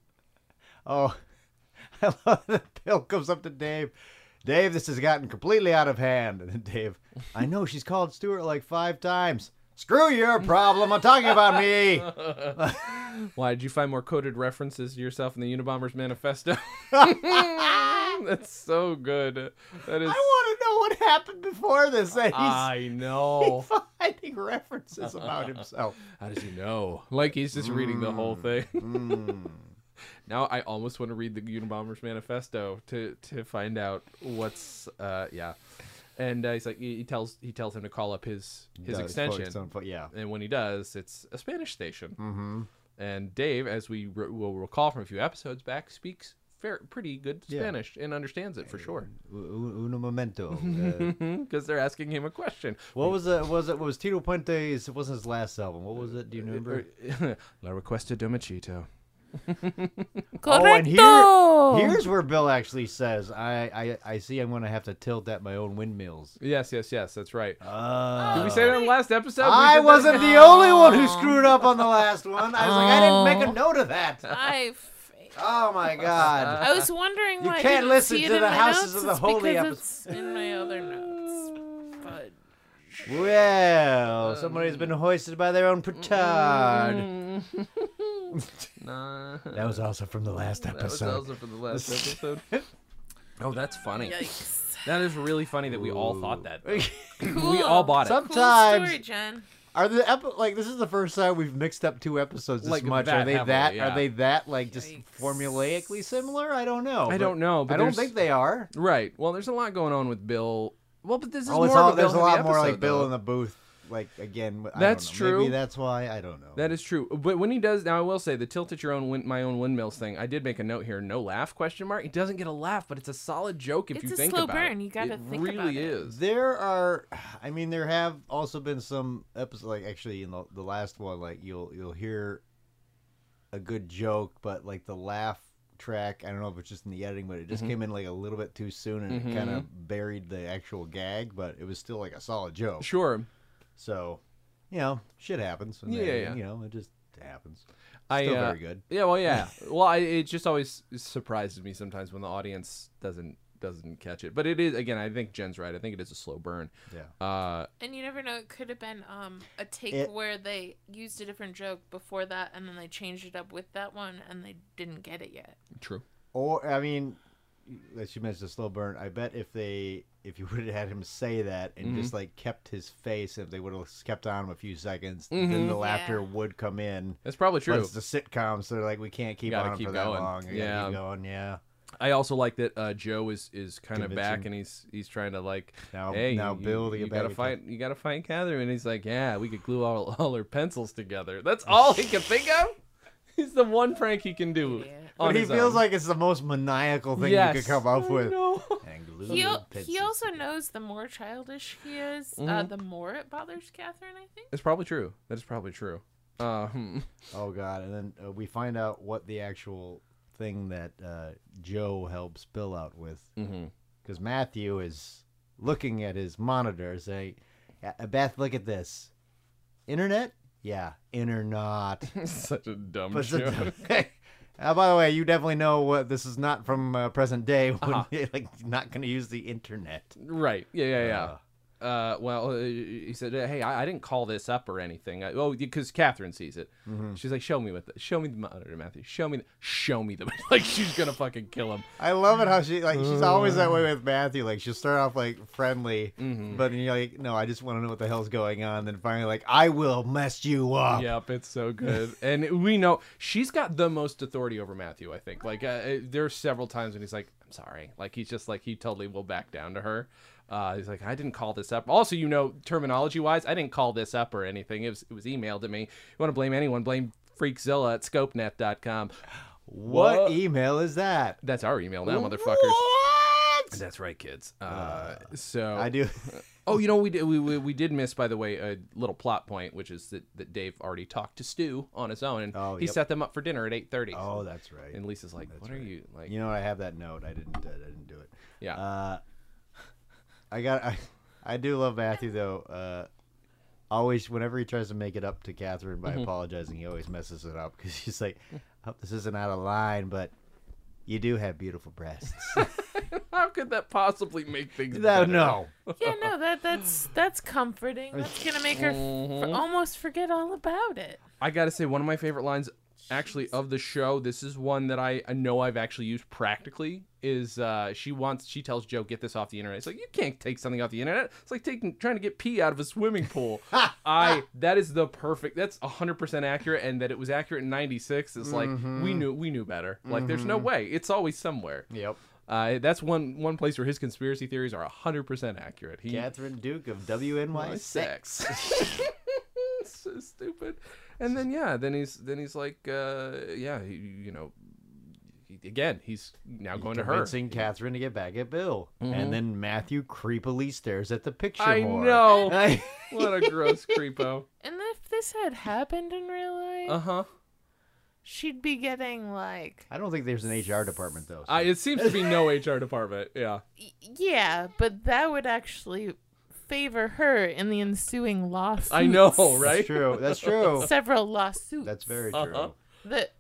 B: Oh, [laughs] I love that Bill comes up to Dave. Dave, this has gotten completely out of hand. And then Dave, I know she's called Stuart like five times. Screw your problem. I'm talking about
A: [laughs]
B: me.
A: Why did you find more coded references to yourself in the Unabomber's
B: [laughs]
A: manifesto? [laughs] That's so good. That is.
B: I want to know what happened before this. That he's
A: I
B: [laughs]
A: know.
B: finding references about [laughs] himself.
A: How does he know? Like he's just reading the
B: Mm.
A: whole thing. [laughs]
B: Hmm,
A: now I almost want to read the Unabomber's manifesto to to find out what's uh yeah. And uh, he's like he he tells he tells him to call up his his
B: Does Oh,
A: extension.
B: focus on fo- yeah.
A: and when he does, it's a Spanish station. Mm-hmm. And Dave, as we re- will recall from a few episodes back, speaks fair, pretty good
B: Yeah.
A: Spanish and understands it for sure. [laughs]
B: Un un [laughs] momento. Uh,
A: Because they're asking him a question.
B: what was it? Was it was Tito Puente's? It wasn't his last album. What was it? Do
A: [laughs]
B: you remember?
A: La requesta de machito.
B: Oh,
C: Correcto.
B: and here, here's where Bill actually says, "I, I, I see. I'm going to have to tilt at my own windmills."
A: Yes, yes, yes. That's right.
B: Uh,
A: did we say that in the last episode? We
B: I
A: did that-
B: wasn't the only one who screwed up on the last one. I was like, I didn't make
C: Oh.
B: a note of that.
C: I. f-
B: Oh my god! [laughs]
C: I was wondering
B: You
C: why
B: can't
C: I didn't
B: listen
C: see it
B: to
C: in
B: the
C: my
B: Houses of
C: notes.
B: the
C: It's
B: Holy
C: because
B: epi-
C: it's in my other notes.
B: [laughs]
C: But
B: Well, somebody's been hoisted by their own petard.
A: [laughs] Nah.
B: That was also from the last
A: That was
B: episode.
A: also for the last [laughs] episode. Oh, that's funny.
C: yikes!
A: That is really funny that we all thought that.
C: Cool.
A: We all bought it.
B: Some-
C: Cool
B: Sometimes-
C: story, Jen.
B: Are the epi- like this is the first time we've mixed up two episodes this
A: Like
B: much?
A: that
B: Are they
A: heavily,
B: that?
A: yeah.
B: Are they that like just
C: Yikes.
B: formulaically similar? I don't know.
A: I don't know, Oh, but
B: I don't
A: there's-
B: think they are.
A: Right. Well, there's a lot going on with Bill. Well, but this is
B: Oh,
A: more
B: it's
A: of
B: all,
A: a Bill
B: there's a lot more
A: episode,
B: like Bill
A: though.
B: in the booth. Like again, I don't
A: That's
B: know.
A: true.
B: Maybe that's why I don't know.
A: That is true. But when he does, now I will say the tilt at your own win- my own windmills thing. I did make a note here. No laugh? Question mark. He doesn't get a laugh, but it's a solid joke if
C: It's
A: you
C: a
A: think
C: slow
A: about
C: burn.
A: it.
C: You gotta
A: it
C: think
A: really
C: about it.
A: is.
B: There are, I mean, there have also been some episodes. Like actually, in the, the last one, like you'll you'll hear a good joke, but like the laugh track. I don't know if it's just in the editing, but it just
A: Mm-hmm.
B: came in like a little bit too soon, and it kind of buried the actual gag. But it was still like a solid joke.
A: Sure.
B: So, you know, shit happens. And
A: Yeah,
B: then,
A: yeah.
B: You know, it just happens.
A: I,
B: Still
A: uh,
B: very good. [laughs]
A: Yeah, well, yeah. well, I, it just always surprises me sometimes when the audience doesn't doesn't catch it. But it is again. I think Jen's right. I think it is a slow burn.
B: Yeah.
A: Uh,
C: And you never know; it could have been um, a take
B: It-
C: where they used a different joke before that, and then they changed it up with that one, and they didn't get it yet.
A: true.
B: Or I mean, as you mentioned, the slow burn. I bet if they if you [laughs] would have had him say that and just
A: Mm-hmm.
B: like kept his face, if they would have kept on him a few seconds, then the laughter
C: Yeah.
B: would come in.
A: That's probably
B: But
A: Mm-hmm. true.
B: it's the sitcom, so like we can't keep
A: Gotta
B: on
A: keep
B: for that
A: going.
B: long. We
A: Yeah.
B: gotta keep going. Yeah.
A: I also like that uh, Joe is is kind of
B: Convincing.
A: back and he's he's trying to like
B: Now-
A: hey
B: now
A: you,
B: Bill to
A: you
B: get back
A: gotta
B: at
A: fight you gotta fight Catherine and he's like yeah we could glue all [laughs] all her pencils together that's all he can think of [laughs] he's the one prank he can do
C: Idiot.
A: on
B: But he
A: his
B: feels
A: own.
B: like it's the most maniacal thing
A: yes.
B: you could come up
A: I
B: with.
A: know. [laughs]
B: And glue
C: He, al-
B: the
C: he
B: pencils
C: also
B: together.
C: knows the more childish he is, uh,
A: Mm-hmm.
C: the more it bothers Catherine. I
A: [laughs]
C: think.
A: it's probably true that is probably true um [laughs]
B: Oh God! And then uh, we find out what the actual thing that uh, Joe helps Bill out with,
A: mhm.
B: because Matthew is looking at his monitor, saying, "Uh, "Beth, look at this, internet." Yeah, internet.
A: [laughs]
B: [laughs]
A: such a dumb
B: But
A: show
B: the- Uh, by the way, you definitely know what this is not from uh, present day. When [laughs] you're, like not going to use the internet.
A: [laughs] right yeah yeah yeah. uh, well, uh, he said, "Hey, I, I didn't call this up or anything. I, oh, because Catherine sees it. She's like, show me with it. Show me the monitor, Matthew. Show me, the, show me the [laughs] like. She's gonna fucking kill him.
B: I love it how she like she's always that way with Matthew. Like she'll start off like friendly, but then you're like, no, I just want to know what the hell's going on. Then finally, like, I will mess you up.
A: Yep, it's so good. and we know she's got the most authority over Matthew. I think. Like, uh, uh, there are several times when he's like, "I'm sorry." Like he's just like he totally will back down to her. Uh, he's like, "I didn't call this up." Also, you know, terminology wise, I didn't call this up or anything. It was it was emailed to me. You want to blame anyone? Blame Freakzilla at scopenet.com.
B: What
A: What?
B: email is that?
A: That's our email now, motherfuckers.
B: What?
A: That's right, kids. Uh, so
B: I do.
A: Oh, you know we did we, we, we did miss by the way a little plot point, which is that, that Dave already talked to Stu on his own, and
B: Oh,
A: he
B: yep.
A: set them up for dinner at eight thirty.
B: oh, that's right.
A: and Lisa's like, "What are you like?"
B: You know, what? I have that note. I didn't. I didn't do it.
A: Yeah,
B: Uh, I got. I, I do love Matthew though. Uh, always, whenever he tries to make it up to Catherine
A: Mm-hmm.
B: by apologizing, he always messes it up because he's like, I "Hope this isn't out of line, but you do have beautiful
A: [laughs]
B: breasts." [laughs]
A: how could that possibly make things?
B: uh, no,
A: better?
B: no.
C: Yeah, no, that
A: [laughs]
C: that's that's comforting. That's gonna make her f-
A: Mm-hmm.
C: f- almost forget all about it.
A: I gotta say, one of my favorite lines, actually, of the show. This is one that I I know I've actually used practically. Is uh, she wants? She tells Joe, "Get this off the internet." It's like you can't take something off the internet. It's like taking trying to get pee out of a swimming pool. I that is the perfect. That's hundred percent accurate, and that it was accurate in '96. It's like we knew we knew better. Like there's no way. It's always somewhere.
B: Yep.
A: Uh, that's one one place where his conspiracy theories are hundred percent accurate. He
B: Catherine Duke of WNY
A: sex.
B: [laughs]
A: [laughs] so stupid. And then yeah, then he's then he's like, uh, yeah, he, you know, he, again he's now going to her.
B: Convincing Catherine to get back at Bill, and then Matthew creepily stares at the picture.
A: Mm-hmm. I
B: more.
A: know. what a gross creepo.
C: And if this had happened in real life,
A: Uh huh.
C: she'd be getting like,
B: [laughs] I don't think there's an HR department though. so-
A: I it seems to be
B: [laughs]
A: no HR department. Yeah.
C: y- yeah, but that would actually favor her in the ensuing lawsuits.
A: I know, right?
B: That's true.
A: [laughs]
B: That's true.
C: Several lawsuits.
B: That's very true.
A: Uh-huh.
C: that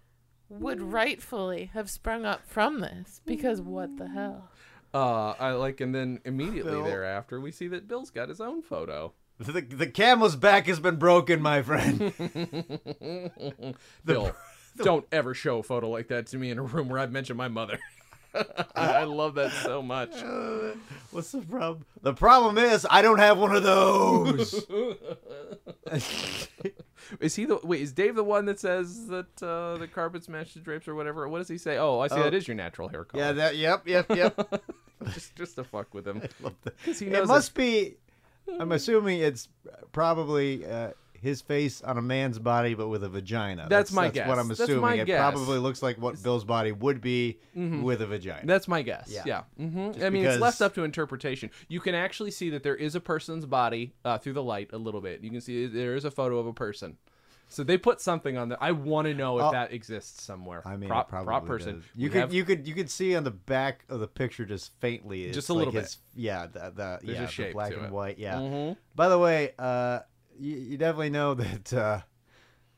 C: would rightfully have sprung up from this because what the hell?
A: Uh, I like, and then immediately
B: Bill.
A: thereafter, we see that Bill's got his own photo.
B: The, the camel's back has been broken,
A: [laughs]
B: my friend. [laughs]
A: Bill, don't ever show a photo like that to me in a room where I've mentioned my mother. [laughs] I love that so much.
B: What's the problem? The problem is I don't have one
A: [laughs]
B: of those.
A: Is he the wait? Is Dave the one that says that uh, the carpets match the drapes or whatever? What does he say? Oh, I see.
B: Oh.
A: That is your natural hair color. [laughs]
B: yeah, that. Yep, yep, yep.
A: just just to fuck with
B: [laughs]
A: him. [laughs] he knows
B: it must be. I'm assuming it's probably uh, his face on a man's body, but with a vagina.
A: That's my guess.
B: What I'm
A: That's
B: assuming.
A: my
B: it
A: guess. Mm-hmm.
B: probably looks like what Bill's body would be with a vagina.
A: That's my guess. Yeah.
B: Yeah.
A: hmm
B: Just
A: I mean, it's
B: because-
A: left up to interpretation. You can actually see that there is a person's body uh, through the light a little bit. You can see there is a photo of a person. So they put something on there. I want to know if
B: Oh.
A: that exists somewhere.
B: I mean,
A: prop,
B: it probably
A: prop person.
B: does. You
A: We
B: could
A: have-
B: you could you could see on the back of the picture just faintly, it's
A: Just a little
B: like
A: bit.
B: his- yeah, the, the
A: There's a
B: yeah, the
A: shape
B: black
A: to
B: and
A: it.
B: white. Yeah.
A: Mhm.
B: By the way, [laughs] uh, you, you definitely know that uh,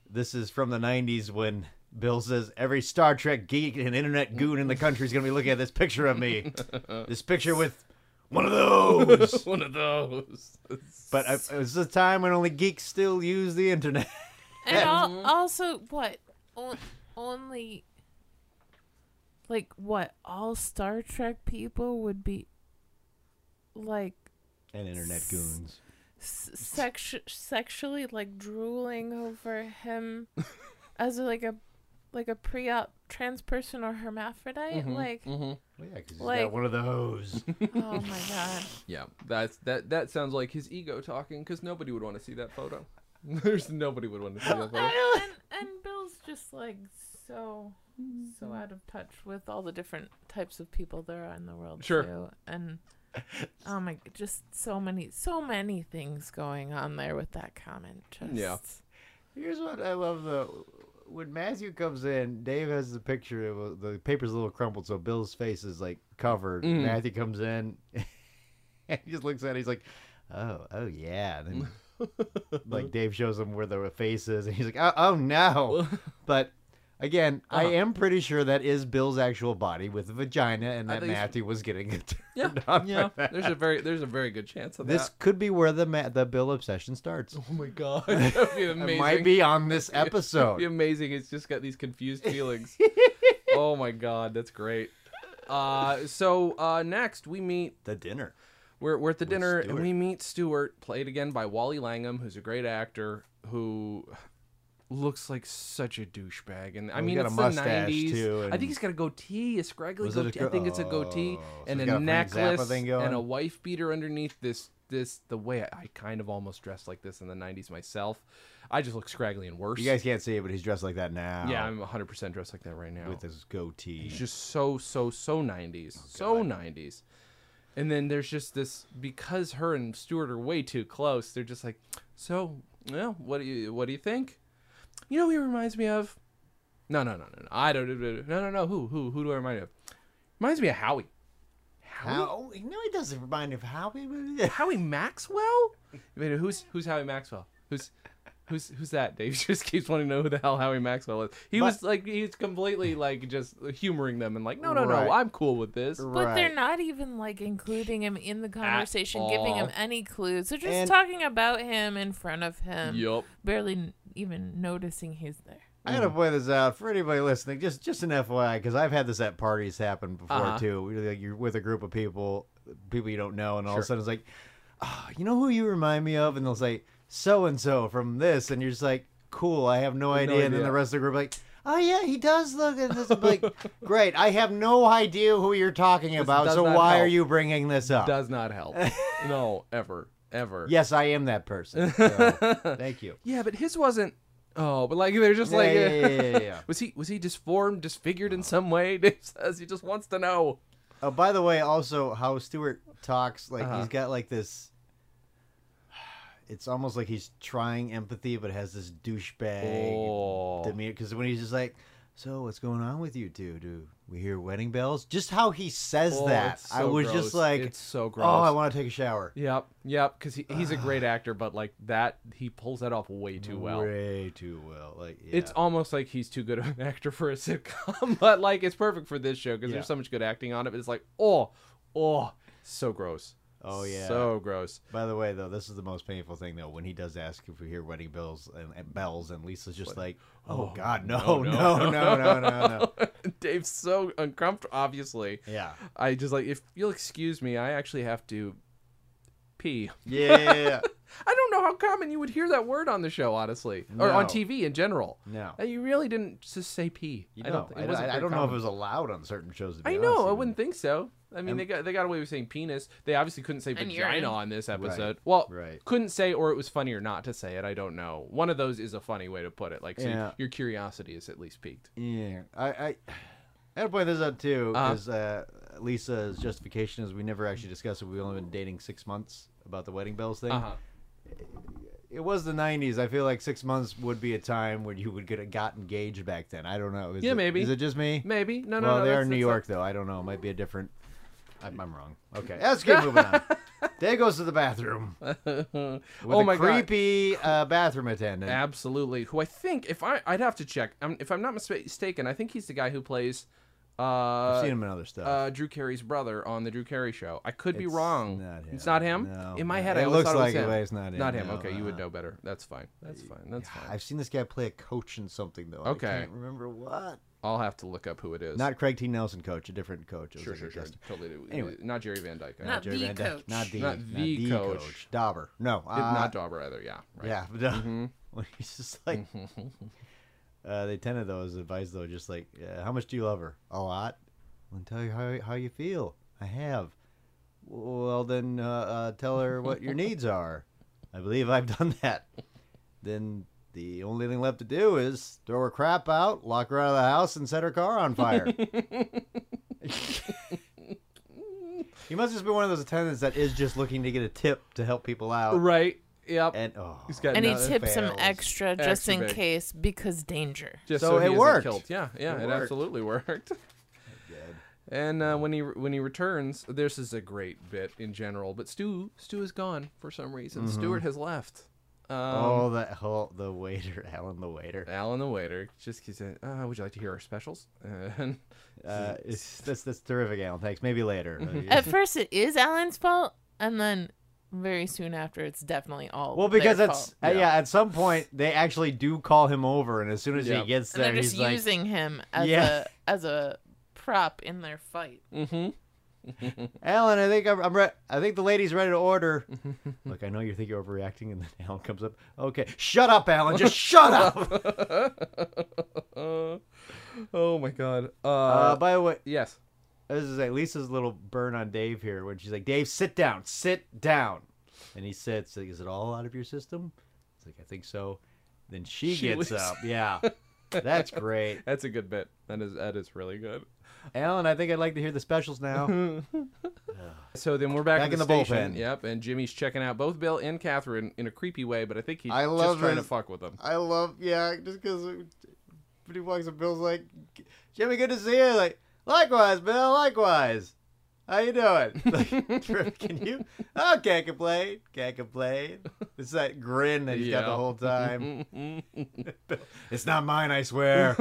B: this is from the '90s when Bill says every Star Trek geek and internet goon in the country is going to be looking at this picture
A: [laughs]
B: of me. this picture with one of
A: [laughs]
B: those.
A: One of those. [laughs]
B: But I, it was the time when only geeks still use the internet.
C: And al- also, what? On- only. Like, what? All Star Trek people would be. Like,
B: and internet goons.
C: s- sexu- sexually, like, drooling over him as, like, a. Like a pre-op trans person or hermaphrodite, like
B: Well, yeah, because
C: Like-
B: got one of those.
C: oh my god,
A: Yeah, that's that. That sounds like his ego talking, because nobody would want to see that photo. [laughs] There's nobody would want to see that photo.
C: and, and Bill's just like so
A: Mm-hmm.
C: so out of touch with all the different types of people there are in the world
A: Sure.
C: too.
A: [laughs]
C: And oh my, just so many so many things going on there with that comment. Just,
A: Yeah.
B: Here's what I love though. When Matthew comes in, Dave has the picture of uh, the paper's a little crumpled, so Bill's face is like covered.
A: Mm.
B: Matthew comes in, [laughs] and he just looks at it. He's like, "Oh, oh yeah." And
A: [laughs]
B: then, like Dave shows him where the face is, and he's like, "Oh,
A: [laughs]
B: oh no." but again, I
A: Uh-huh.
B: am pretty sure that is Bill's actual body with a vagina, and
A: I
B: that
A: think so.
B: Matthew was getting [laughs] it.
A: [laughs] [laughs] Yeah,
B: turned on by
A: yeah.
B: that.
A: There's a very there's a very good chance of
B: This
A: that.
B: could be where the ma- the Bill obsession starts.
A: [laughs] Oh my god, [laughs] that'd be amazing.
B: It
A: [laughs]
B: might be on this
A: It'd be
B: episode.
A: amazing. It's just got these [laughs] confused feelings. oh my god, that's great. Uh, so uh, next we meet
B: The dinner.
A: We're, we're at the dinner and
B: Stewart.
A: we meet Stewart, played again by Wally Langham, who's a great actor who looks like such a douchebag. And I
B: he's
A: mean,
B: Oh, got a
A: it's
B: mustache,
A: the '90s.
B: too,
A: I
B: and-
A: think he's got a goatee, a scraggly
B: Was it a
A: goatee. I
B: go-
A: think it's a goatee
B: Oh, so
A: and
B: he's
A: a
B: got a Frank Zappa
A: necklace
B: thing going?
A: and a wife beater underneath this. This the way I, I kind of almost dressed like this in the '90s myself. I just look scraggly and worse.
B: You guys can't see it, but he's dressed like that now.
A: yeah, I'm 100% dressed like that right now.
B: with his goatee.
A: It's just so so so 90s so 90s and then there's just this because her and Stewart are way too close they're just like so yeah what do you what do you think you know who he reminds me of no no no no no I don't no no no who who who do I remind you of reminds me of Howie
B: How? No, he doesn't remind me of Howie.
A: Howie Maxwell I mean who's who's Howie Maxwell who's Who's, who's that? Dave just [laughs] keeps wanting to know who the hell Howie Maxwell is. He was like he's completely like just humoring them and like no no
B: Right.
A: no I'm cool with this.
C: But they're
B: Right.
C: not even like including him in the conversation, giving him
A: all.
C: any clues. They're just
B: And-
C: talking about him in front of him,
A: Yup.
C: barely n- even noticing he's there.
B: I gotta point this out for anybody listening. Just, just an FYI, because I've had this at parties happen before
A: Uh-huh.
B: too. Where, like, you're with a group of people, people you don't know, and all of a sudden it's like, oh, you know who you remind me of? And they'll say so and so from this, and you're just like, cool, I have no idea. And then
A: idea.
B: the rest of the group are like. Oh yeah, he does look at
A: [laughs]
B: this. I'm like, great. I have no idea who you're talking about.
A: does
B: So
A: not
B: why
A: help.
B: are you bringing this up?
A: does not help.
B: [laughs]
A: no, ever, ever. [laughs]
B: Yes, I am that person. So, thank you.
A: Yeah, but his wasn't. Oh, but like they're just like.
B: yeah, yeah, yeah, yeah, Uh. yeah.
A: [laughs] Was he was he disformed, disfigured in some way? [laughs] Dave says he just wants to know.
B: Oh, by the way, also how Stewart talks, like
A: Uh-huh.
B: he's got like this. It's almost like he's trying empathy, but has this douchebag
A: Oh.
B: demeanor. Because when he's just like, "So what's going on with you two? Do we hear wedding bells?" Just how he says
A: Oh,
B: that,
A: it's
B: I
A: so
B: was
A: gross.
B: just like,
A: it's so gross.
B: "Oh, I want to take a shower."
A: Yep, yep. Because he, he's a
B: [sighs]
A: great actor, but like that, he pulls that off way too well.
B: way too well. Like yeah.
A: It's almost like he's too good of an [laughs] actor for a sitcom, [laughs] but like it's perfect for this show because
B: Yeah.
A: there's so much good acting on it. But it's like, oh, oh, so gross.
B: Oh, yeah.
A: so gross. [laughs]
B: By the way, though, this is the most painful thing though. When he does ask if we hear wedding bells and, and bells, and Lisa's just like, "Oh, God, no, no, no, no, no, no." no.
A: Dave's so uncomfortable. Obviously,
B: [laughs]
A: [laughs]
B: Yeah.
A: I just like if you'll excuse me, I actually have to pee.
B: Yeah, yeah, yeah.
A: I don't know how common you would hear that word on the show, honestly, or on
B: No.
A: TV in general.
B: No.
A: Uh, you really didn't just say pee.
B: You
A: I
B: know,
A: don't.
B: I
A: it
B: don't,
A: wasn't
B: I,
A: very
B: don't know if
A: common.
B: it was allowed on certain shows. To be
A: I
B: honest,
A: know. I
B: even.
A: wouldn't think so. I mean, they got they got away with saying penis. They obviously couldn't say
C: And
A: vagina
C: urine.
A: on this episode.
B: Right.
A: Well,
B: Right.
A: couldn't say, or it was funny or not to say it. I don't know. One of those is a funny way to put it. Like, so
B: Yeah.
A: your curiosity is at least piqued.
B: Yeah, I, I, I had to point this out too
A: Uh-huh.
B: because uh, Lisa's justification is we never actually discussed it. We've only been dating six months about the wedding bells thing.
A: Uh-huh.
B: It was the '90s. I feel like six months would be a time when you would get got engaged back then. I don't know. Is
A: Yeah,
B: it-
A: maybe.
B: Is it just me?
A: Maybe. No, no,
B: well,
A: no.
B: they are
A: that's-
B: in New
A: that's-
B: York though. I don't know. It might be a different. I'm, I'm wrong.
A: [laughs]
B: Okay, that's good. Moving on. Dave goes to the bathroom with
A: oh
B: a
A: my god.
B: creepy uh, bathroom attendant.
A: Absolutely. Who I think if I I'd have to check. Um, if I'm not mispa- mistaken, I think he's the guy who plays
B: I've seen
A: uh,
B: him in other stuff.
A: uh Drew Carey's brother on the Drew Carey show. I could be
B: It's
A: wrong.
B: not him.
A: It's not him.
B: No,
A: In my
B: no.
A: head,
B: It
A: I always
B: looks
A: thought it was
B: like it,
A: him.
B: but it's not him,
A: Not him.
B: no,
A: okay, you would
B: uh-uh.
A: know better. That's fine. That's fine. That's fine.
B: I've seen this guy play a coach in something though.
A: Okay.
B: I can't remember what.
A: I'll have to look up who it is.
B: Not Craig T. Nelson, coach, a different coach. It was
A: sure,
B: like a
A: sure, sure.
B: guest-
A: Totally. do.
B: Anyway.
A: Not Jerry Van Dyke.
C: Not
B: Jerry
C: the
B: Van Dyke.
C: coach.
B: Not the,
A: Not
B: not
A: the
B: the
A: coach.
B: coach. Dauber. No. Uh,
A: not Dauber either. Yeah. Right. Mm-hmm.
B: Yeah. but, uh, when he's just [laughs] like, [laughs] uh, they tended those advice though, just like, uh, how much do you love her? A lot. Well, tell you how how you feel. I have. Well, then uh, uh, tell her what
A: [laughs]
B: your needs are. I believe I've done that. Then the only thing left to do is throw her crap out, lock her out of the house, and set her car
A: [laughs]
B: on fire. he must just be one of those attendants that is just looking to get a tip to help people out.
A: Right. Yep.
B: And oh,
A: He's got
C: and he
A: another-
C: tips him
B: fails.
C: extra just
A: Extra
C: in
A: big.
C: case because danger.
A: just
B: So
A: so,
B: it
A: he isn't
B: worked.
A: Killed. Yeah, yeah,
B: It
A: it,
B: worked.
A: absolutely [laughs] worked. And uh, when he when he returns, this is a great bit in general. But Stu Stu is gone for some reason. Stuart has left. Um,
B: Mm-hmm. oh, that whole the waiter, [laughs] Alan the waiter.
A: Alan the waiter just he said, uh, "Would you like to hear our specials?" [laughs] And
B: Uh, it's, that's that's terrific, Alan. Thanks. Maybe
C: [laughs]
B: later. Uh,
C: At first, it is Alan's fault, and then very soon after, it's definitely all.
B: well, because
C: their
B: it's
C: fault.
B: uh, yeah.
A: Yeah.
B: At some point, they actually do call him over, and as soon as
A: Yeah.
B: he gets
C: and
B: there,
C: they're just
B: he's like,
C: using him as
B: Yeah.
C: a as a prop in their fight.
A: mm-hmm.
B: Alan, I think I'm, I'm re- I think the lady's ready to
C: [laughs]
B: order. Look, I know you think you're overreacting, and then [laughs] Alan comes up. Okay, shut up, Alan. Just shut
C: [laughs] Uh,
B: up.
A: uh, oh my god. Uh,
B: Uh, by the way,
A: yes.
B: This is like Lisa's little burn on Dave here when she's like, Dave, sit down, sit down. And he sits, like, is it all out of your system? It's like, I think so. Then she,
A: She
B: gets
A: leaves.
B: up.
A: [laughs]
B: Yeah. That's great.
A: That's a good bit. That is that is really good.
B: Alan, I think I'd like to hear the specials now.
A: So then we're back,
B: Back
A: at
B: in
A: the
B: the bullpen.
A: station. Yep, and Jimmy's checking out both Bill and Catherine in a creepy way, but I think he's
B: I
A: just
B: love
A: trying
B: his-
A: to fuck with them.
B: I love, yeah, just because when he walks up, Bill's like, Jimmy, good to see you. Like, likewise, Bill, likewise. How you doing? [laughs] Like, "Terrific, can
A: [laughs]
B: you? Oh, can't complain. Can't complain. It's that grin that he's got the
A: Yeah.
B: whole
A: [laughs]
B: time.
A: Mm-hmm.
B: It's not mine, I swear.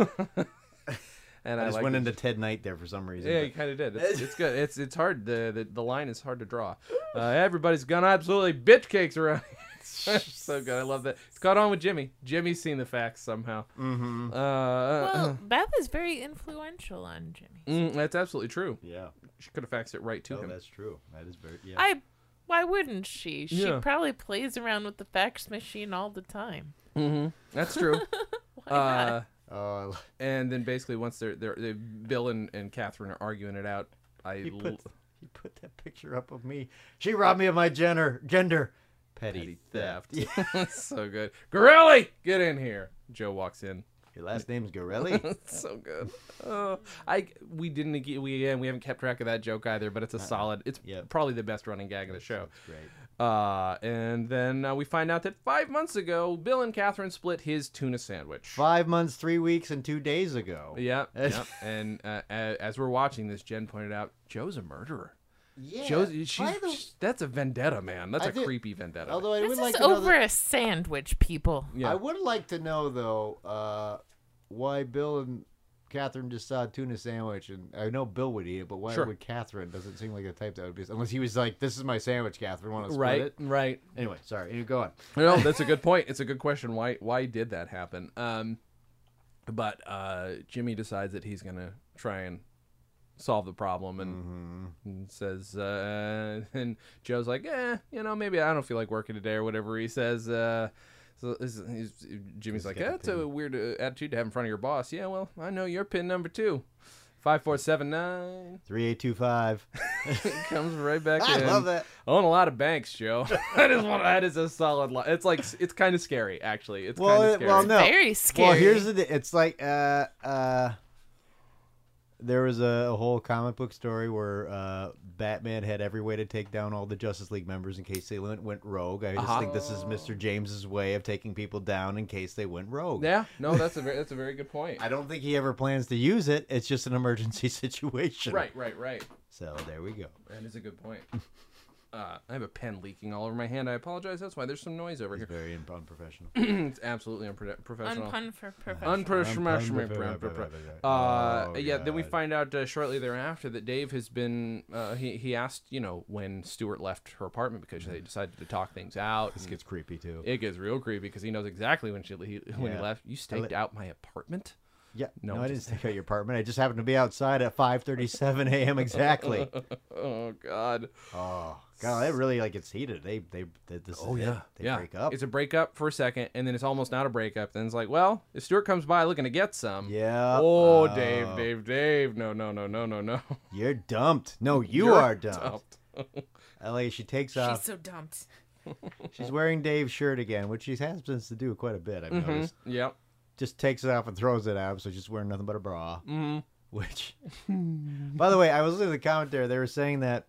A: And
B: I
A: I,
B: just
A: like
B: went
A: it.
B: into Ted Knight there for some reason.
A: Yeah,
B: but-
A: you kind of did. It's, it's good. It's it's hard. The, the the line is hard to draw. Uh, everybody's gone absolutely bitch cakes around. [laughs] here. so good. I love that. It's caught on with Jimmy. Jimmy's seen the facts somehow. Mm-hmm.
B: Uh-huh.
A: Uh,
C: Well, Beth is very influential on Jimmy.
A: mm, that's absolutely true.
B: yeah.
A: She could have faxed it right to
B: Oh,
A: him.
B: that's true. That is very. Yeah.
C: I. Why wouldn't she? She
A: Yeah.
C: probably plays around with the fax machine all the time.
A: That's true.
C: not?
A: uh,
B: oh, I lo-
A: and then basically once they're they're, they Bill and, and Catherine are arguing it out. I
B: he
A: l-
B: put he put that picture up of me. She robbed me of my gender. Gender. Petty,
A: petty
B: theft.
A: theft. [laughs] so good. Gorelli, get in here. Joe walks in.
B: Your last name's
A: [laughs]
B: Gorelli.
A: It's so good. Oh, I we didn't get- we again we haven't kept track of that joke either, but it's a solid. It's
B: Yep.
A: probably the best running gag of the show.
B: Great.
A: Uh, and then uh, we find out that five months ago, Bill and Catherine split his tuna sandwich.
B: Five months, three weeks, and two days ago.
A: Yeah, yeah. and uh, a- as we're watching this, Jen pointed out Joe's a murderer.
B: Yeah.
A: Joe's
B: by
A: she's,
B: the-
A: sh- that's a vendetta, man. That's
B: I
A: a
B: think-
A: creepy vendetta.
B: although I
C: This
B: would
C: is
B: like to know
C: over
B: that,
C: a sandwich, people.
A: yeah,
B: I would like to know though uh, why Bill and Catherine just saw a tuna sandwich, and I know Bill would eat it, but why
A: Sure.
B: would Catherine? Doesn't seem like the type that would be unless he was like, "This is my sandwich, Catherine. Want to split
A: right,
B: it?"
A: right.
B: Anyway, sorry. You go on.
A: No, that's a good point. It's a good question. Why why did that happen? Um, but uh, Jimmy decides that he's gonna try and solve the problem and, and says, uh, [laughs] and Joe's like, eh, you know, maybe I don't feel like working today or whatever. He says, uh, so this- he's, Jimmy's like,
B: got the
A: that's a weird uh, attitude to have in front of your boss. Yeah, well, I know your pin number two. [laughs] 5479
B: Three eight two [laughs] five.
A: comes right back
B: I
A: in.
B: love that.
A: Own a lot of banks, Joe. [laughs] that is one. That is a solid line. It's like it's kind of scary, actually. It's
B: Well,
A: kind of
B: it-
A: scary.
B: well, no.
C: Very scary.
B: Well, here's the. It's like uh uh. there was a, a whole comic book story where uh, Batman had every way to take down all the Justice League members in case they went, went rogue. I just
A: Uh-huh.
B: think this is Mr. James's way of taking people down in case they went rogue.
A: Yeah, no, that's a very, that's a very good point.
B: I don't think he ever plans to use it. It's just an emergency [laughs] situation.
A: Right, right, right.
B: So there we go.
A: That is a good point. Uh, I have a pen leaking all over my hand. I apologize. That's why there's some noise over here. [clears throat]
B: Very un- unprofessional.
A: it's absolutely unprodu- professional.
C: Unpun for professional.
A: Unprofessional.
B: Oh,
A: Uh, yeah. Then we find out uh, shortly thereafter that Dave has been. Uh, he he asked, you know, when Stuart left her apartment because they decided to talk things out.
B: This
A: and
B: gets creepy too.
A: It gets real creepy because he knows exactly when she he, [laughs] when he
B: Yeah.
A: left. You staked out my apartment.
B: Yeah.
A: No,
B: No, I didn't
A: just-
B: stay at your apartment. I just happened to be outside at 5:37
A: [laughs]
B: a.m. exactly.
A: Oh God.
B: Oh, God, that really like gets heated. They they, they this is it. Oh, They break up.
A: Oh, It's a breakup for a second, and then it's almost not a breakup. Then it's like, well, if Stuart comes by looking to get some,
B: Yeah.
A: Oh,
B: Oh.
A: Dave, Dave, Dave. No, no, no, no, no, [laughs] no.
B: You're dumped.
A: [laughs]
B: No, you
A: You're
B: are dumped.
A: dumped.
B: LA, she takes
C: She's
B: off.
C: so dumped.
B: She's wearing Dave's shirt again, which she has been to do quite a bit. I've
A: Mm-hmm.
B: noticed.
A: Yep.
B: Just takes it off and throws it out, so she's wearing nothing but a bra. Mm-hmm. Which, by the way, I was listening to the comment there. They were saying that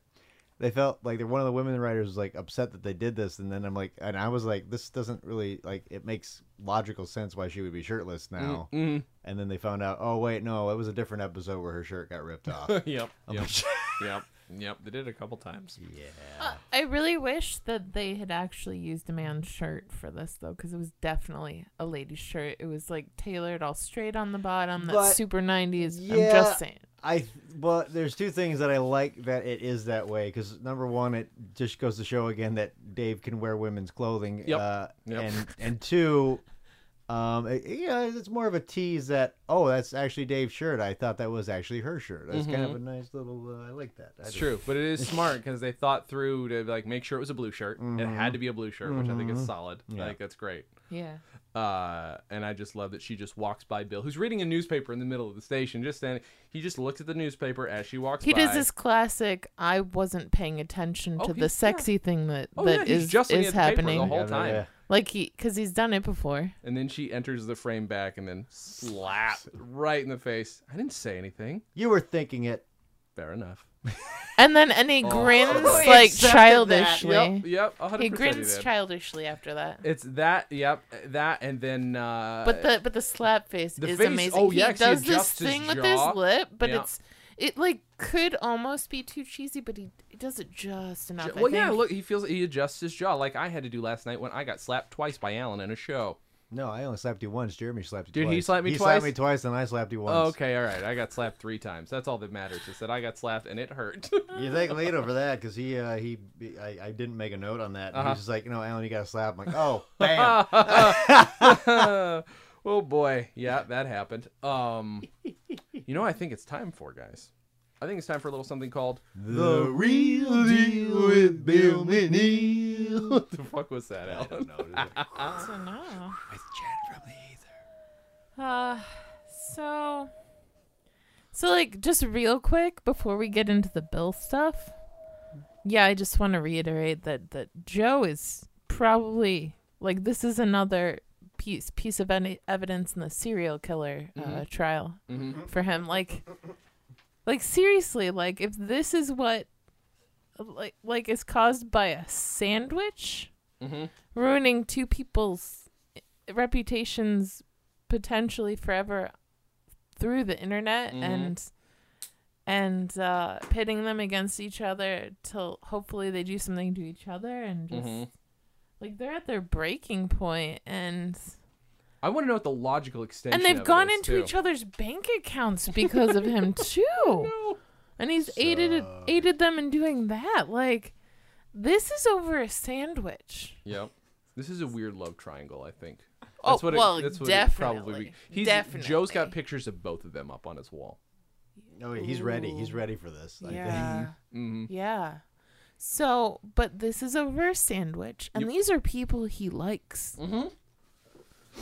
B: they felt like that one of the women writers was like upset that they did this, and then I'm like, and I was like, this doesn't really like it makes logical sense why she would be shirtless now.
A: Mm.
B: And then they found out, oh wait, no, it was a different episode where her shirt got ripped off. [laughs]
A: Yep.
B: I'm
A: Yep.
B: like,
A: yep. Yep. They did it a couple times.
B: yeah.
C: I really wish that they had actually used a man's shirt for this though, because it was definitely a lady's shirt. It was like tailored all straight on the bottom. That
B: But-
C: super nineties. I'm
B: yeah.
C: just saying.
B: I th- well, there's two things that I like that it is that way because number one, it just goes to show again that Dave can wear women's clothing.
A: Yep.
B: Uh,
A: Yep.
B: And and two, um, it- yeah, it's more of a tease that oh, that's actually Dave's shirt. I thought that was actually her shirt. That's kind of a nice little. Uh, I like that. I
A: Mm-hmm. It's
B: do.
A: true, but it
B: [laughs]
A: is smart because they thought through to like make sure it was a blue shirt. It had to be a blue shirt, which I think
B: Mm-hmm.
A: is solid. Like that's great.
C: Yeah.
A: Uh, and I just love that she just walks by Bill, who's reading a newspaper in the middle of the station. Just standing, he just looks at the newspaper as she walks
C: He
A: by.
C: does this classic. I wasn't paying attention
A: Oh,
C: to
A: he-
C: the
A: yeah.
C: sexy thing that
A: Oh,
C: that
A: yeah,
C: is
A: he's just looking at
C: is
A: the paper the
C: happening.
A: whole
B: Yeah,
A: time.
B: yeah.
C: Like he, because he's done it before.
A: And then she enters the frame back and then slap right in the face. I didn't say anything.
B: You were thinking it.
A: Fair enough.
C: And then and
A: Oh.
C: he grins
B: He
C: like
B: accepted that.
C: childishly.
A: Yep, yep. 100%
C: He
A: you
C: grins
A: did.
C: childishly after that.
A: It's that, yep, that, and then. Uh,
C: But the but the slap face
A: the
C: is
A: face-
C: amazing.
A: oh, yeah,
C: he
A: 'cause he
C: does this
A: adjusts his
C: thing with
A: jaw.
C: his lip, but
A: Yeah.
C: it's it like could almost be too cheesy, but he, he does it just enough. I
A: well, yeah.
C: think.
A: Look, he feels he adjusts his jaw like I had to do last night when I got slapped twice by Alan in a show.
B: No, I only slapped you once. Jeremy slapped you
A: Dude,
B: twice.
A: he slapped me
B: He
A: twice?
B: slapped me twice, and I slapped you once.
A: Oh, okay, all right. I got slapped three times. That's all that matters is that I got slapped and it hurt. [laughs]
B: You thank Lito for that because he uh, he I, I didn't make a note on that. and He
A: Uh-huh.
B: was just like, you know, Alan, you got to slap. I'm like, oh,
A: [laughs]
B: bam.
A: oh boy, yeah, that happened. Um, you know, what I think it's time for guys. I think it's time for a little something called
B: the real deal with Bill McNeil.
A: "What the fuck was that, [laughs] Alan?"
B: [laughs]
C: So no.
B: With Jen from the ether.
C: Uh, so, so like just real quick before we get into the bill stuff. Yeah, I just want to reiterate that that Joe is probably like this is another piece piece of any evidence in the serial killer uh, trial for him. Like, like seriously, like if this is what like like is caused by a sandwich
A: Mm-hmm,
C: ruining two people's reputations potentially forever through the internet and and uh pitting them against each other till hopefully they do something to each other and just
A: Mhm.
C: like they're at their breaking point and
A: I want to know what the logical extension.
C: and they've
A: of
C: gone
A: it is,
C: into
A: too.
C: each other's bank accounts because of him too
A: No.
C: and he's aided it aided them in doing that like this is over a sandwich
A: Yep. This is a weird love triangle, I think.
C: Oh,
A: That's what it-
C: well,
A: that's what It probably
C: definitely.
A: He's
C: Definitely.
A: Joe's got pictures of both of them up on his wall.
B: No, Oh, he's ready. He's ready for this. I think.
C: Yeah.
A: Mhm.
C: Yeah. So, but this is a reverse sandwich, and these are people he likes.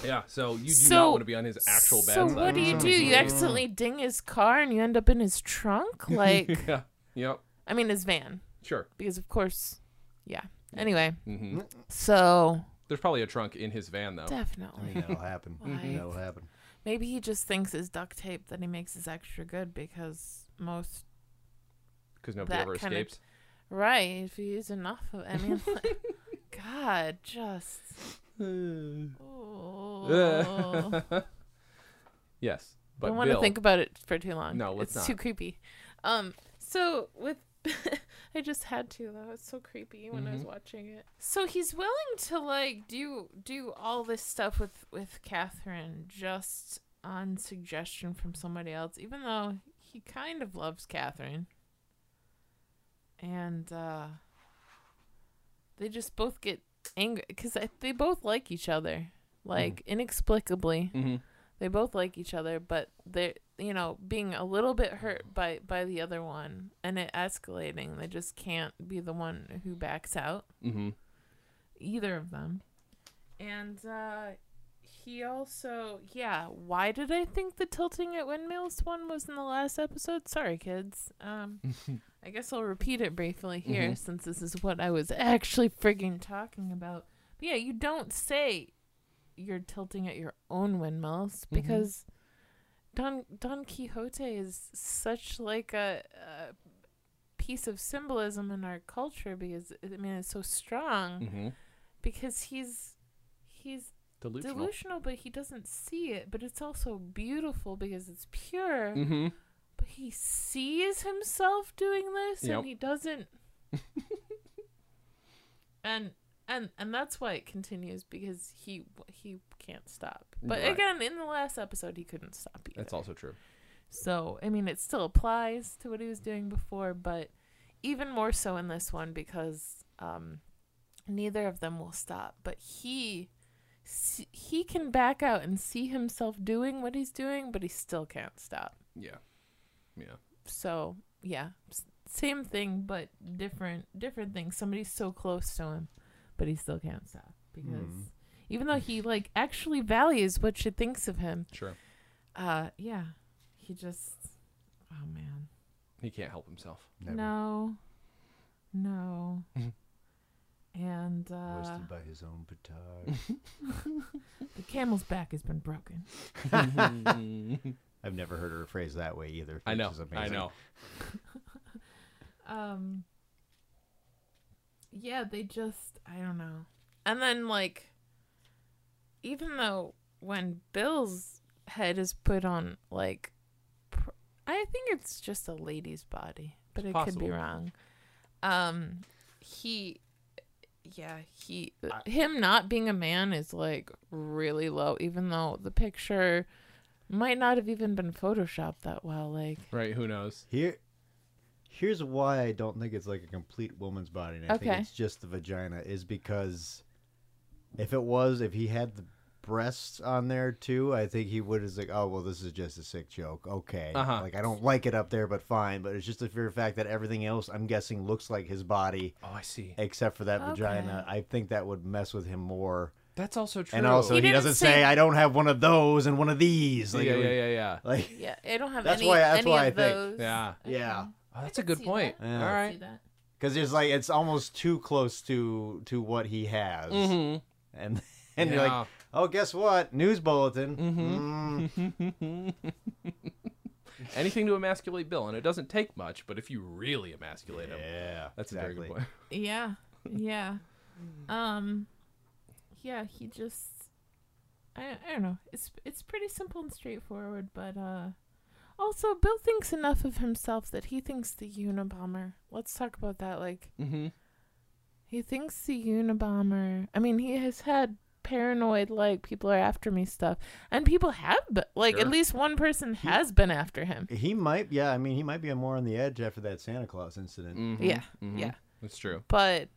A: Yeah. So you do
C: So-
A: not want to be on his actual bad
C: so
A: side.
C: what
A: [laughs]
C: do you do?
A: Mm-hmm.
C: You accidentally ding his car, and you end up in his trunk. Like,
A: [laughs] Yeah. Yep.
C: I mean, his van,
A: Sure.
C: because of course, yeah. Anyway,
A: hmm
C: so
A: There's probably a trunk in his van though.
B: I
C: definitely,
B: think that'll happen.
C: Why?
B: That'll happen.
C: Maybe he just thinks his duct tape that he makes is extra good because most
A: because nobody
C: That
A: ever
C: kinda-
A: escapes.
C: right if you use enough of I mean, like, God, just Hmm. oh.
A: [laughs] yes, but
C: don't want to
A: Bill-
C: think about it for too long.
A: No, let's
C: it's
A: not.
C: too creepy. Um, so with [laughs] I just had to though. It's so creepy when I
A: Mm-hmm.
C: was watching it. So he's willing to like do do all this stuff with with Catherine just on suggestion from somebody else, even though he kind of loves Catherine. And uh, they just both get angry because they both like each other, like
A: Mm.
C: inexplicably
A: Mhm.
C: they both like each other but they're you know being a little bit hurt by by the other one and it escalating they just can't be the one who backs out
A: Mhm.
C: either of them and uh he also yeah why did i think the tilting at windmills one was in the last episode sorry kids um i guess i'll repeat it briefly here
A: Mhm.
C: since this is what i was actually frigging talking about but yeah you don't say you're tilting at your own windmills because Don Don Quixote is such like a, a piece of symbolism in our culture because I mean it's so strong
A: Mhm.
C: because he's he's
A: Delusional.
C: delusional but he doesn't see it but it's also beautiful because it's pure
A: Mhm.
C: but he sees himself doing this
A: Yep.
C: and
A: [laughs]
C: he doesn't and and and that's why it continues because he he can't stop but
A: Right.
C: again in the last episode he couldn't stop either.
A: That's also true.
C: so i mean it still applies to what he was doing before but even more so in this one because um neither of them will stop but he see- he can back out and see himself doing what he's doing but he still can't stop
A: Yeah. Yeah.
C: so yeah s- same thing but different different thing somebody's so close to him but he still can't stop because
B: Mhm.
C: even though he like actually values what she thinks of him
A: Sure.
C: uh yeah he just oh man
A: He can't help
C: [laughs]
A: himself.
B: Never
C: no
B: [laughs]
C: no and uh
B: Wasted by his own petard.
C: the camel's back has been broken
A: [laughs]
C: I've
B: I've never heard her phrase that way either.
A: I
B: which
A: know.
B: is
A: I
B: amazing.
A: know.
C: um yeah they just i don't know and then like even though when bill's head is put on like pr- i think it's just a lady's body but
A: It's
C: it could
A: possible.
C: be wrong um he yeah he
B: I-
C: him not being a man is like really low even though the picture might not have even been photoshopped that well like
A: Right? Who knows?
B: Here, here's why I don't think it's like a complete woman's body, and I think
C: Okay.
B: it's just the vagina. Is because if it was, if he had the breasts on there too, I think he would is like, oh well, this is just a sick joke. Okay,
A: Uh-huh.
B: like I don't like it up there, but fine. But it's just the fear fact that everything else, I'm guessing, looks like his body
A: Oh, I see.
B: except for that
C: Okay.
B: vagina. I think that would mess with him more.
A: That's also true.
B: And also,
C: He
B: he,
C: didn't
B: doesn't say,
C: say-
B: I don't have one of those and one of these. Like,
A: yeah,
B: it would-
A: yeah, yeah, yeah.
B: Like,
C: yeah i don't have
B: That's
C: any
B: why- that's
C: any
B: why
C: of
B: I think.
C: those
A: Yeah.
B: yeah.
A: Oh, that's a
C: can
A: good
C: see
A: point.
C: that.
B: Yeah.
A: All
C: See
A: right.
C: that?
B: because it's like it's almost too close to to what he has,
A: Mm-hmm.
B: and [laughs] and you're like, oh, guess what? News bulletin.
A: Mm-hmm. [laughs]
B: Mm.
A: anything to emasculate Bill, and it doesn't take much. But if you really emasculate him,
B: Yeah,
A: that's
B: exactly.
A: a very good point. [laughs]
C: Yeah. Yeah. um yeah, he just I I don't know. It's it's pretty simple and straightforward, but uh also Bill thinks enough of himself that he thinks the Unabomber. Let's talk about that like
A: Mm-hmm.
C: he thinks the Unabomber. I mean, he has had paranoid like people are after me stuff and people have been, like
A: Sure.
C: at least one person has been after him.
B: He might, yeah. I mean, he might be more on the edge after that Santa Claus incident.
A: Mm. Mm-hmm.
C: Yeah. Yeah.
A: That's true.
C: But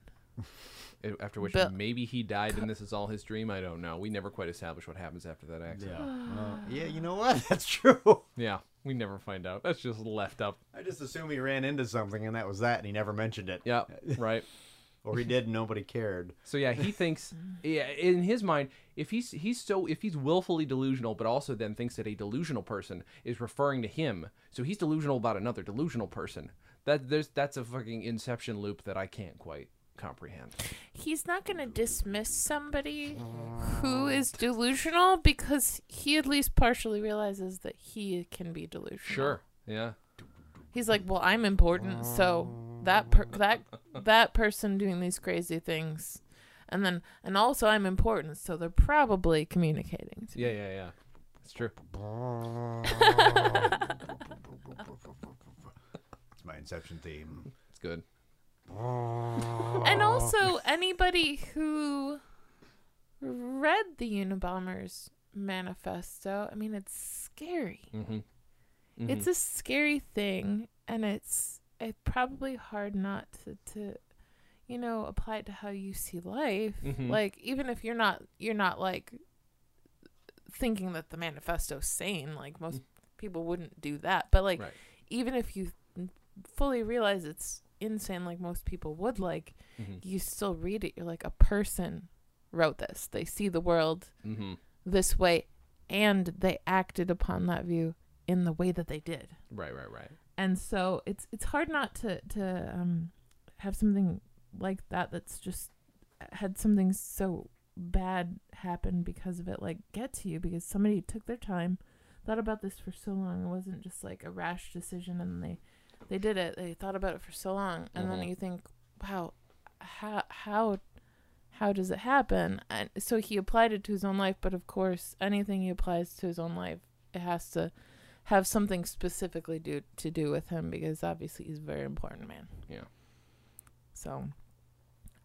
A: It- After which,
C: Bill-
A: maybe he died, and this is all his dream. I don't know. We never quite establish what happens after that accident.
B: Yeah, Well, yeah. You know what? [laughs] That's true.
A: Yeah, we never find out. That's just left up.
B: I just assume he ran into something and that was that, and he never mentioned it.
A: Yeah, [laughs] right.
B: Or he did, and nobody
A: [laughs]
B: cared.
A: So yeah, he thinks. Yeah, in his mind, if he's he's so if he's willfully delusional, but also then thinks that a delusional person is referring to him, so he's delusional about another delusional person. That there's that's a fucking inception loop that I can't quite comprehend.
C: he's not going to dismiss somebody
A: Mm.
C: who is delusional because he at least partially realizes that he can be delusional.
A: Sure. Yeah.
C: He's like, "Well, I'm important, so
A: Mm.
C: that per- that that person doing these crazy things." And then and also I'm important, so they're probably communicating.
A: Yeah, yeah, yeah. It's true.
B: It's my Inception theme.
A: It's good.
C: And also anybody who read the Unabomber's manifesto, I mean it's scary.
A: Mm-hmm.
C: it's a scary thing and it's it's probably hard not to, to you know apply it to how you see life
A: Mhm.
C: like even if you're not you're not like thinking that the manifesto's sane like most people wouldn't do that but like
A: Mm. Right.
C: even if you fully realize it's insane like most people would like
A: Mm-hmm.
C: you still read it you're like a person wrote this they see the world
A: Mm-hmm.
C: this way and they acted upon that view in the way that they did
A: Right, right, right.
C: and so it's it's hard not to to um, have something like that that's just had something so bad happen because of it like get to you because somebody took their time thought about this for so long it wasn't just like a rash decision and they they did it they thought about it for so long and
A: Mhm.
C: then you think wow how how how does it happen and so he applied it to his own life but of course anything he applies to his own life it has to have something specifically do to do with him because obviously he's a very important man.
A: Yeah.
C: So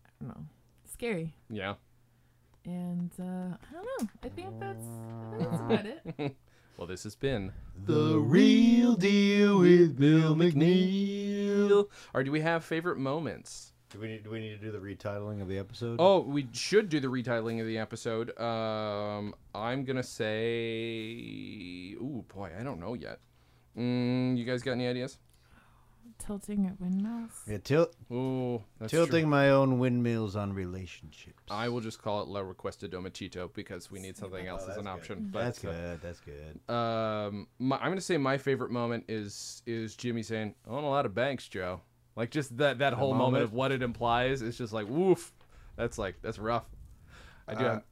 C: I don't know. Scary.
A: Yeah.
C: And uh I don't know. I think that's I think that's about it.
A: Well, this has been
B: The real deal with Bill
A: McNeil. Or do we have favorite moments?
B: Do we need, do we need to do the retitling of the episode?
A: Oh, we should do the retitling of the episode. Um, I'm gonna say, ooh, boy, I don't know yet. Mm, you guys got any ideas?
C: Tilting at windmills.
B: Yeah, til-
A: Ooh, that's true.
B: tilting my own windmills on relationships. Oh,
A: I will just call it La Requesta Domatito because we need something else as
B: that's
A: an
B: good.
A: option. But uh,
B: That's good. That's good.
A: um, my, I'm gonna say my favorite moment is is Jimmy saying, "I own a lot of banks, Joe." Like just that that whole moment.
B: moment.
A: of what it implies is just like, woof. That's like that's rough. I do.
B: Uh,
A: have-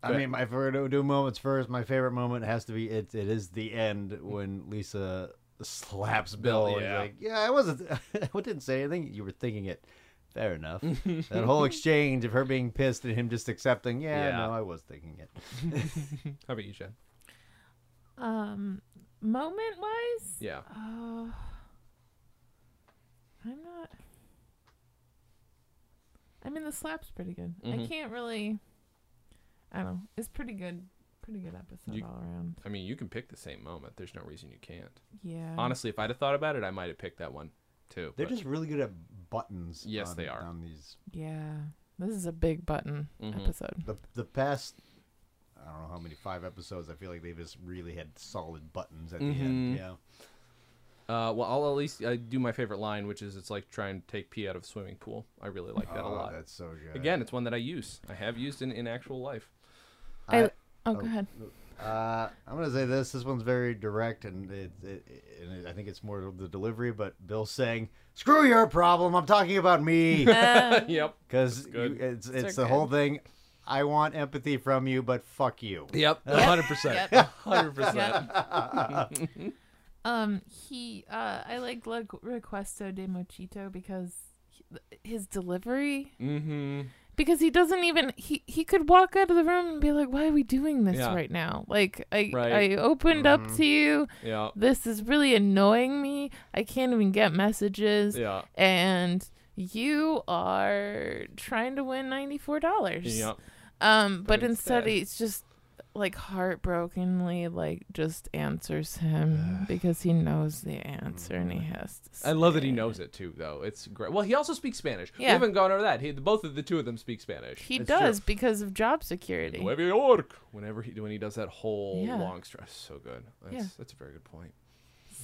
B: I
A: But-
B: mean, my favorite do moments first. My favorite moment has to be it. It is the end when Lisa slaps Bill.
A: Bill,
B: and he's
A: yeah.
B: like, yeah, I wasn't. [laughs] I didn't say anything. You were thinking it. Fair
A: [laughs]
B: enough. that whole exchange of her being pissed and him just accepting. Yeah,
A: Yeah.
B: no, I was thinking it.
A: How about you, Jen?
C: Um moment wise?
A: Yeah.
C: Uh I'm not I mean the slap's pretty good. I
A: Mhm.
C: can't really I don't know. It's pretty good pretty good episode
A: You-
C: all around.
A: I mean, you can pick the same moment. There's no reason you can't.
C: Yeah.
A: Honestly, if I'd have thought about it, I might have picked that one too.
B: They're
A: but-
B: just really good at buttons.
A: Yes,
B: on-
A: they are.
B: On these,
C: Yeah. This is a big button
A: Mhm.
C: episode.
B: the the past. I don't know how many five episodes. I feel like they just really had solid buttons at the end.
A: Mhm.
B: Yeah.
A: Uh, well, I'll at least uh, do my favorite line, which is it's like try and take pee out of swimming pool. I really like that a
B: Oh,
A: lot.
B: That's so good.
A: Again, it's one that I use. I have used in, in actual life.
C: I,
B: I-
C: oh,
B: oh.
C: go ahead.
B: Uh, I'm gonna say this. This one's very direct, and it, it, and it, I think it's more of the delivery. But Bill saying, "Screw your problem. I'm talking about me,"
C: Um,
A: [laughs] yep.
B: because
A: good.
B: it's
C: are
B: it's the whole thing. I want empathy from you, but fuck you.
A: Yep.
C: [laughs] Yep.
A: 100%.
C: Yep.
A: 100%.
C: Um, he, uh, I like Le Requesto de Mochito because he, his delivery,
A: Mm-hmm.
C: because he doesn't even, he, he could walk out of the room and be like, why are we doing this
A: Yeah.
C: right now? Like, I,
A: Right.
C: I opened up to you.
A: Yeah.
C: This is really annoying me. I can't even get messages.
A: Yeah.
C: And you are trying to win $94.
A: Yep.
C: Um, but,
A: But
C: instead,
A: instead-
C: it's just like heartbrokenly like just
A: [sighs]
C: answers him because he knows the answer and he has to.
A: Mm. I love that he knows it too, though. It's great. Well, he also speaks Spanish. We
C: Yeah.
A: haven't gone over that. He, both of the two of them speak Spanish.
C: He
B: It's
C: does because of job security.
A: Nueva York. Whenever he when he does that whole
C: Yeah.
A: long stress, so good. That's,
C: Yeah.
A: that's a very good point.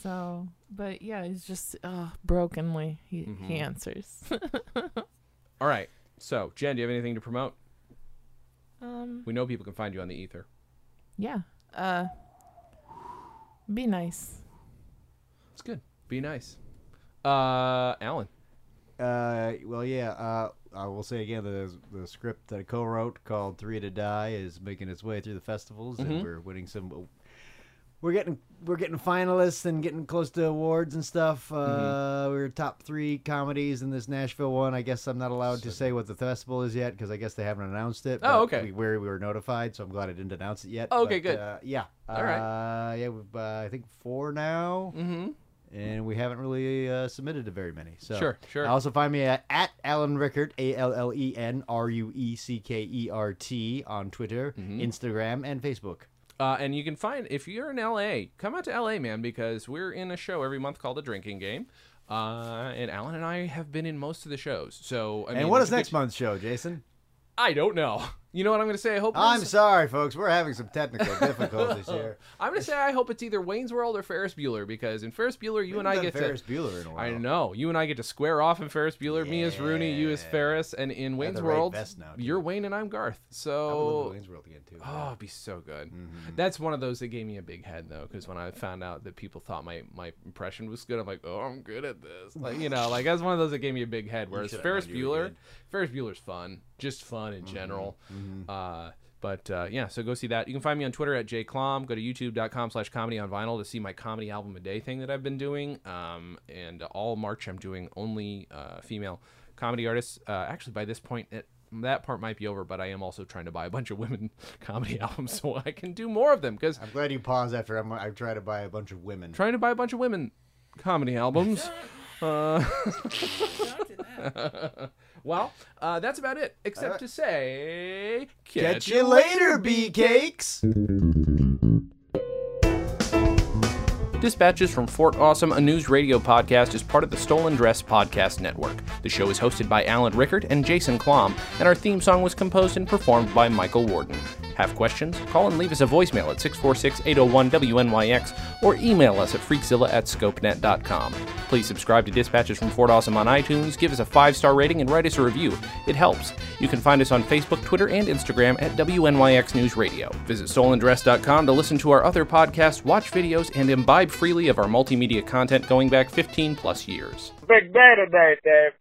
C: So, but yeah, he's just uh, brokenly he
A: Mm-hmm.
C: he answers. [laughs]
A: All right. So, Jen, do you have anything to promote?
C: um,
A: We know people can find you on the ether.
C: yeah. Uh, be nice.
A: It's good. Be nice. Uh, Alan.
B: Uh, uh, well, yeah. Uh, I will say again, the the script that I co-wrote called Three to Die is making its way through the festivals,
A: Mm-hmm.
B: and we're winning some. We're getting we're getting finalists and getting close to awards and stuff.
A: Mm-hmm.
B: Uh, we were top three comedies in this Nashville one. I guess I'm not allowed to say what the festival is yet because I guess they haven't announced it.
A: Oh,
B: but
A: okay.
B: We, were we were notified, so I'm glad I didn't announce it yet.
A: Oh, okay,
B: But,
A: good.
B: Uh, yeah.
A: All right.
B: Uh, yeah, we've uh, I think four now
A: Mm-hmm.
B: and we haven't really uh, submitted to very many. So
A: Sure, sure.
B: Also, find me at, at Alan Rickert, A L L E N R U E C K E R T on Twitter,
A: Mm-hmm.
B: Instagram, and Facebook.
A: Uh, and you can find if you're in LA, come out to LA, man, because we're in a show every month called The Drinking Game. Uh, and Alan and I have been in most of the shows. So I mean,
B: and what
A: you
B: is
A: could-
B: next month's show, Jason?
A: I don't know. [laughs] You know what I'm going to say? I hope.
B: I'm
A: it's-
B: sorry, folks. We're having some
A: [laughs]
B: technical difficulties here.
A: I'm going to say I hope it's either Wayne's World or Ferris Bueller because in Ferris Bueller [laughs] you and I
B: Haven't
A: get
B: done Ferris
A: to.
B: Bueller in a while.
A: I know you and I get to square off in Ferris Bueller. Me as Rooney, you as
B: Yeah.
A: Ferris, and in Wayne's
B: the right
A: World,
B: vest now, too.
A: you're Wayne and I'm Garth.
B: I would love to
A: So
B: do Wayne's World again too. Mm-hmm.
A: Oh, it'd be so good. That's one of those that gave me a big head though, because when I found out that people thought my my impression was good, I'm like, oh, I'm good at this. Like you know, like that's one of those that gave me a big head. Whereas
B: should have
A: Ferris
B: known you were
A: Bueller,
B: good.
A: Ferris Bueller's fun, just fun in
B: Mm-hmm.
A: general. Uh, but uh, yeah, so go see that. You can find me on Twitter at jclom. Go to youtube.com slash comedy on vinyl to see my comedy album a day thing that I've been doing. Um, and all March, I'm doing only uh, female comedy artists. Uh, actually, by this point, it, that part might be over, but I am also trying to buy a bunch of women [laughs] comedy albums so I can do more of them because
B: I'm glad you paused after I'm, I try to buy a bunch of women.
A: trying to buy a bunch of women comedy albums. uh, [laughs] well, uh, that's about it, except to say,
B: Catch you later, bee cakes.
A: Dispatches from Fort Awesome, a news radio podcast, is part of the Stolen Dress Podcast Network. The show is hosted by Alan Rickert and Jason Klom, and our theme song was composed and performed by Michael Warden. Have questions? Call and leave us a voicemail at 646 801 WNYX or email us at freakzilla at scopenet.com. Please subscribe to Dispatches from Fort Awesome on iTunes, give us a five star rating, and write us a review. It helps. You can find us on Facebook, Twitter, and Instagram at WNYX News Radio. Visit stolendress.com to listen to our other podcasts, watch videos, and imbibe freely of our multimedia content going back 15 plus years.
D: Big day today, Dave.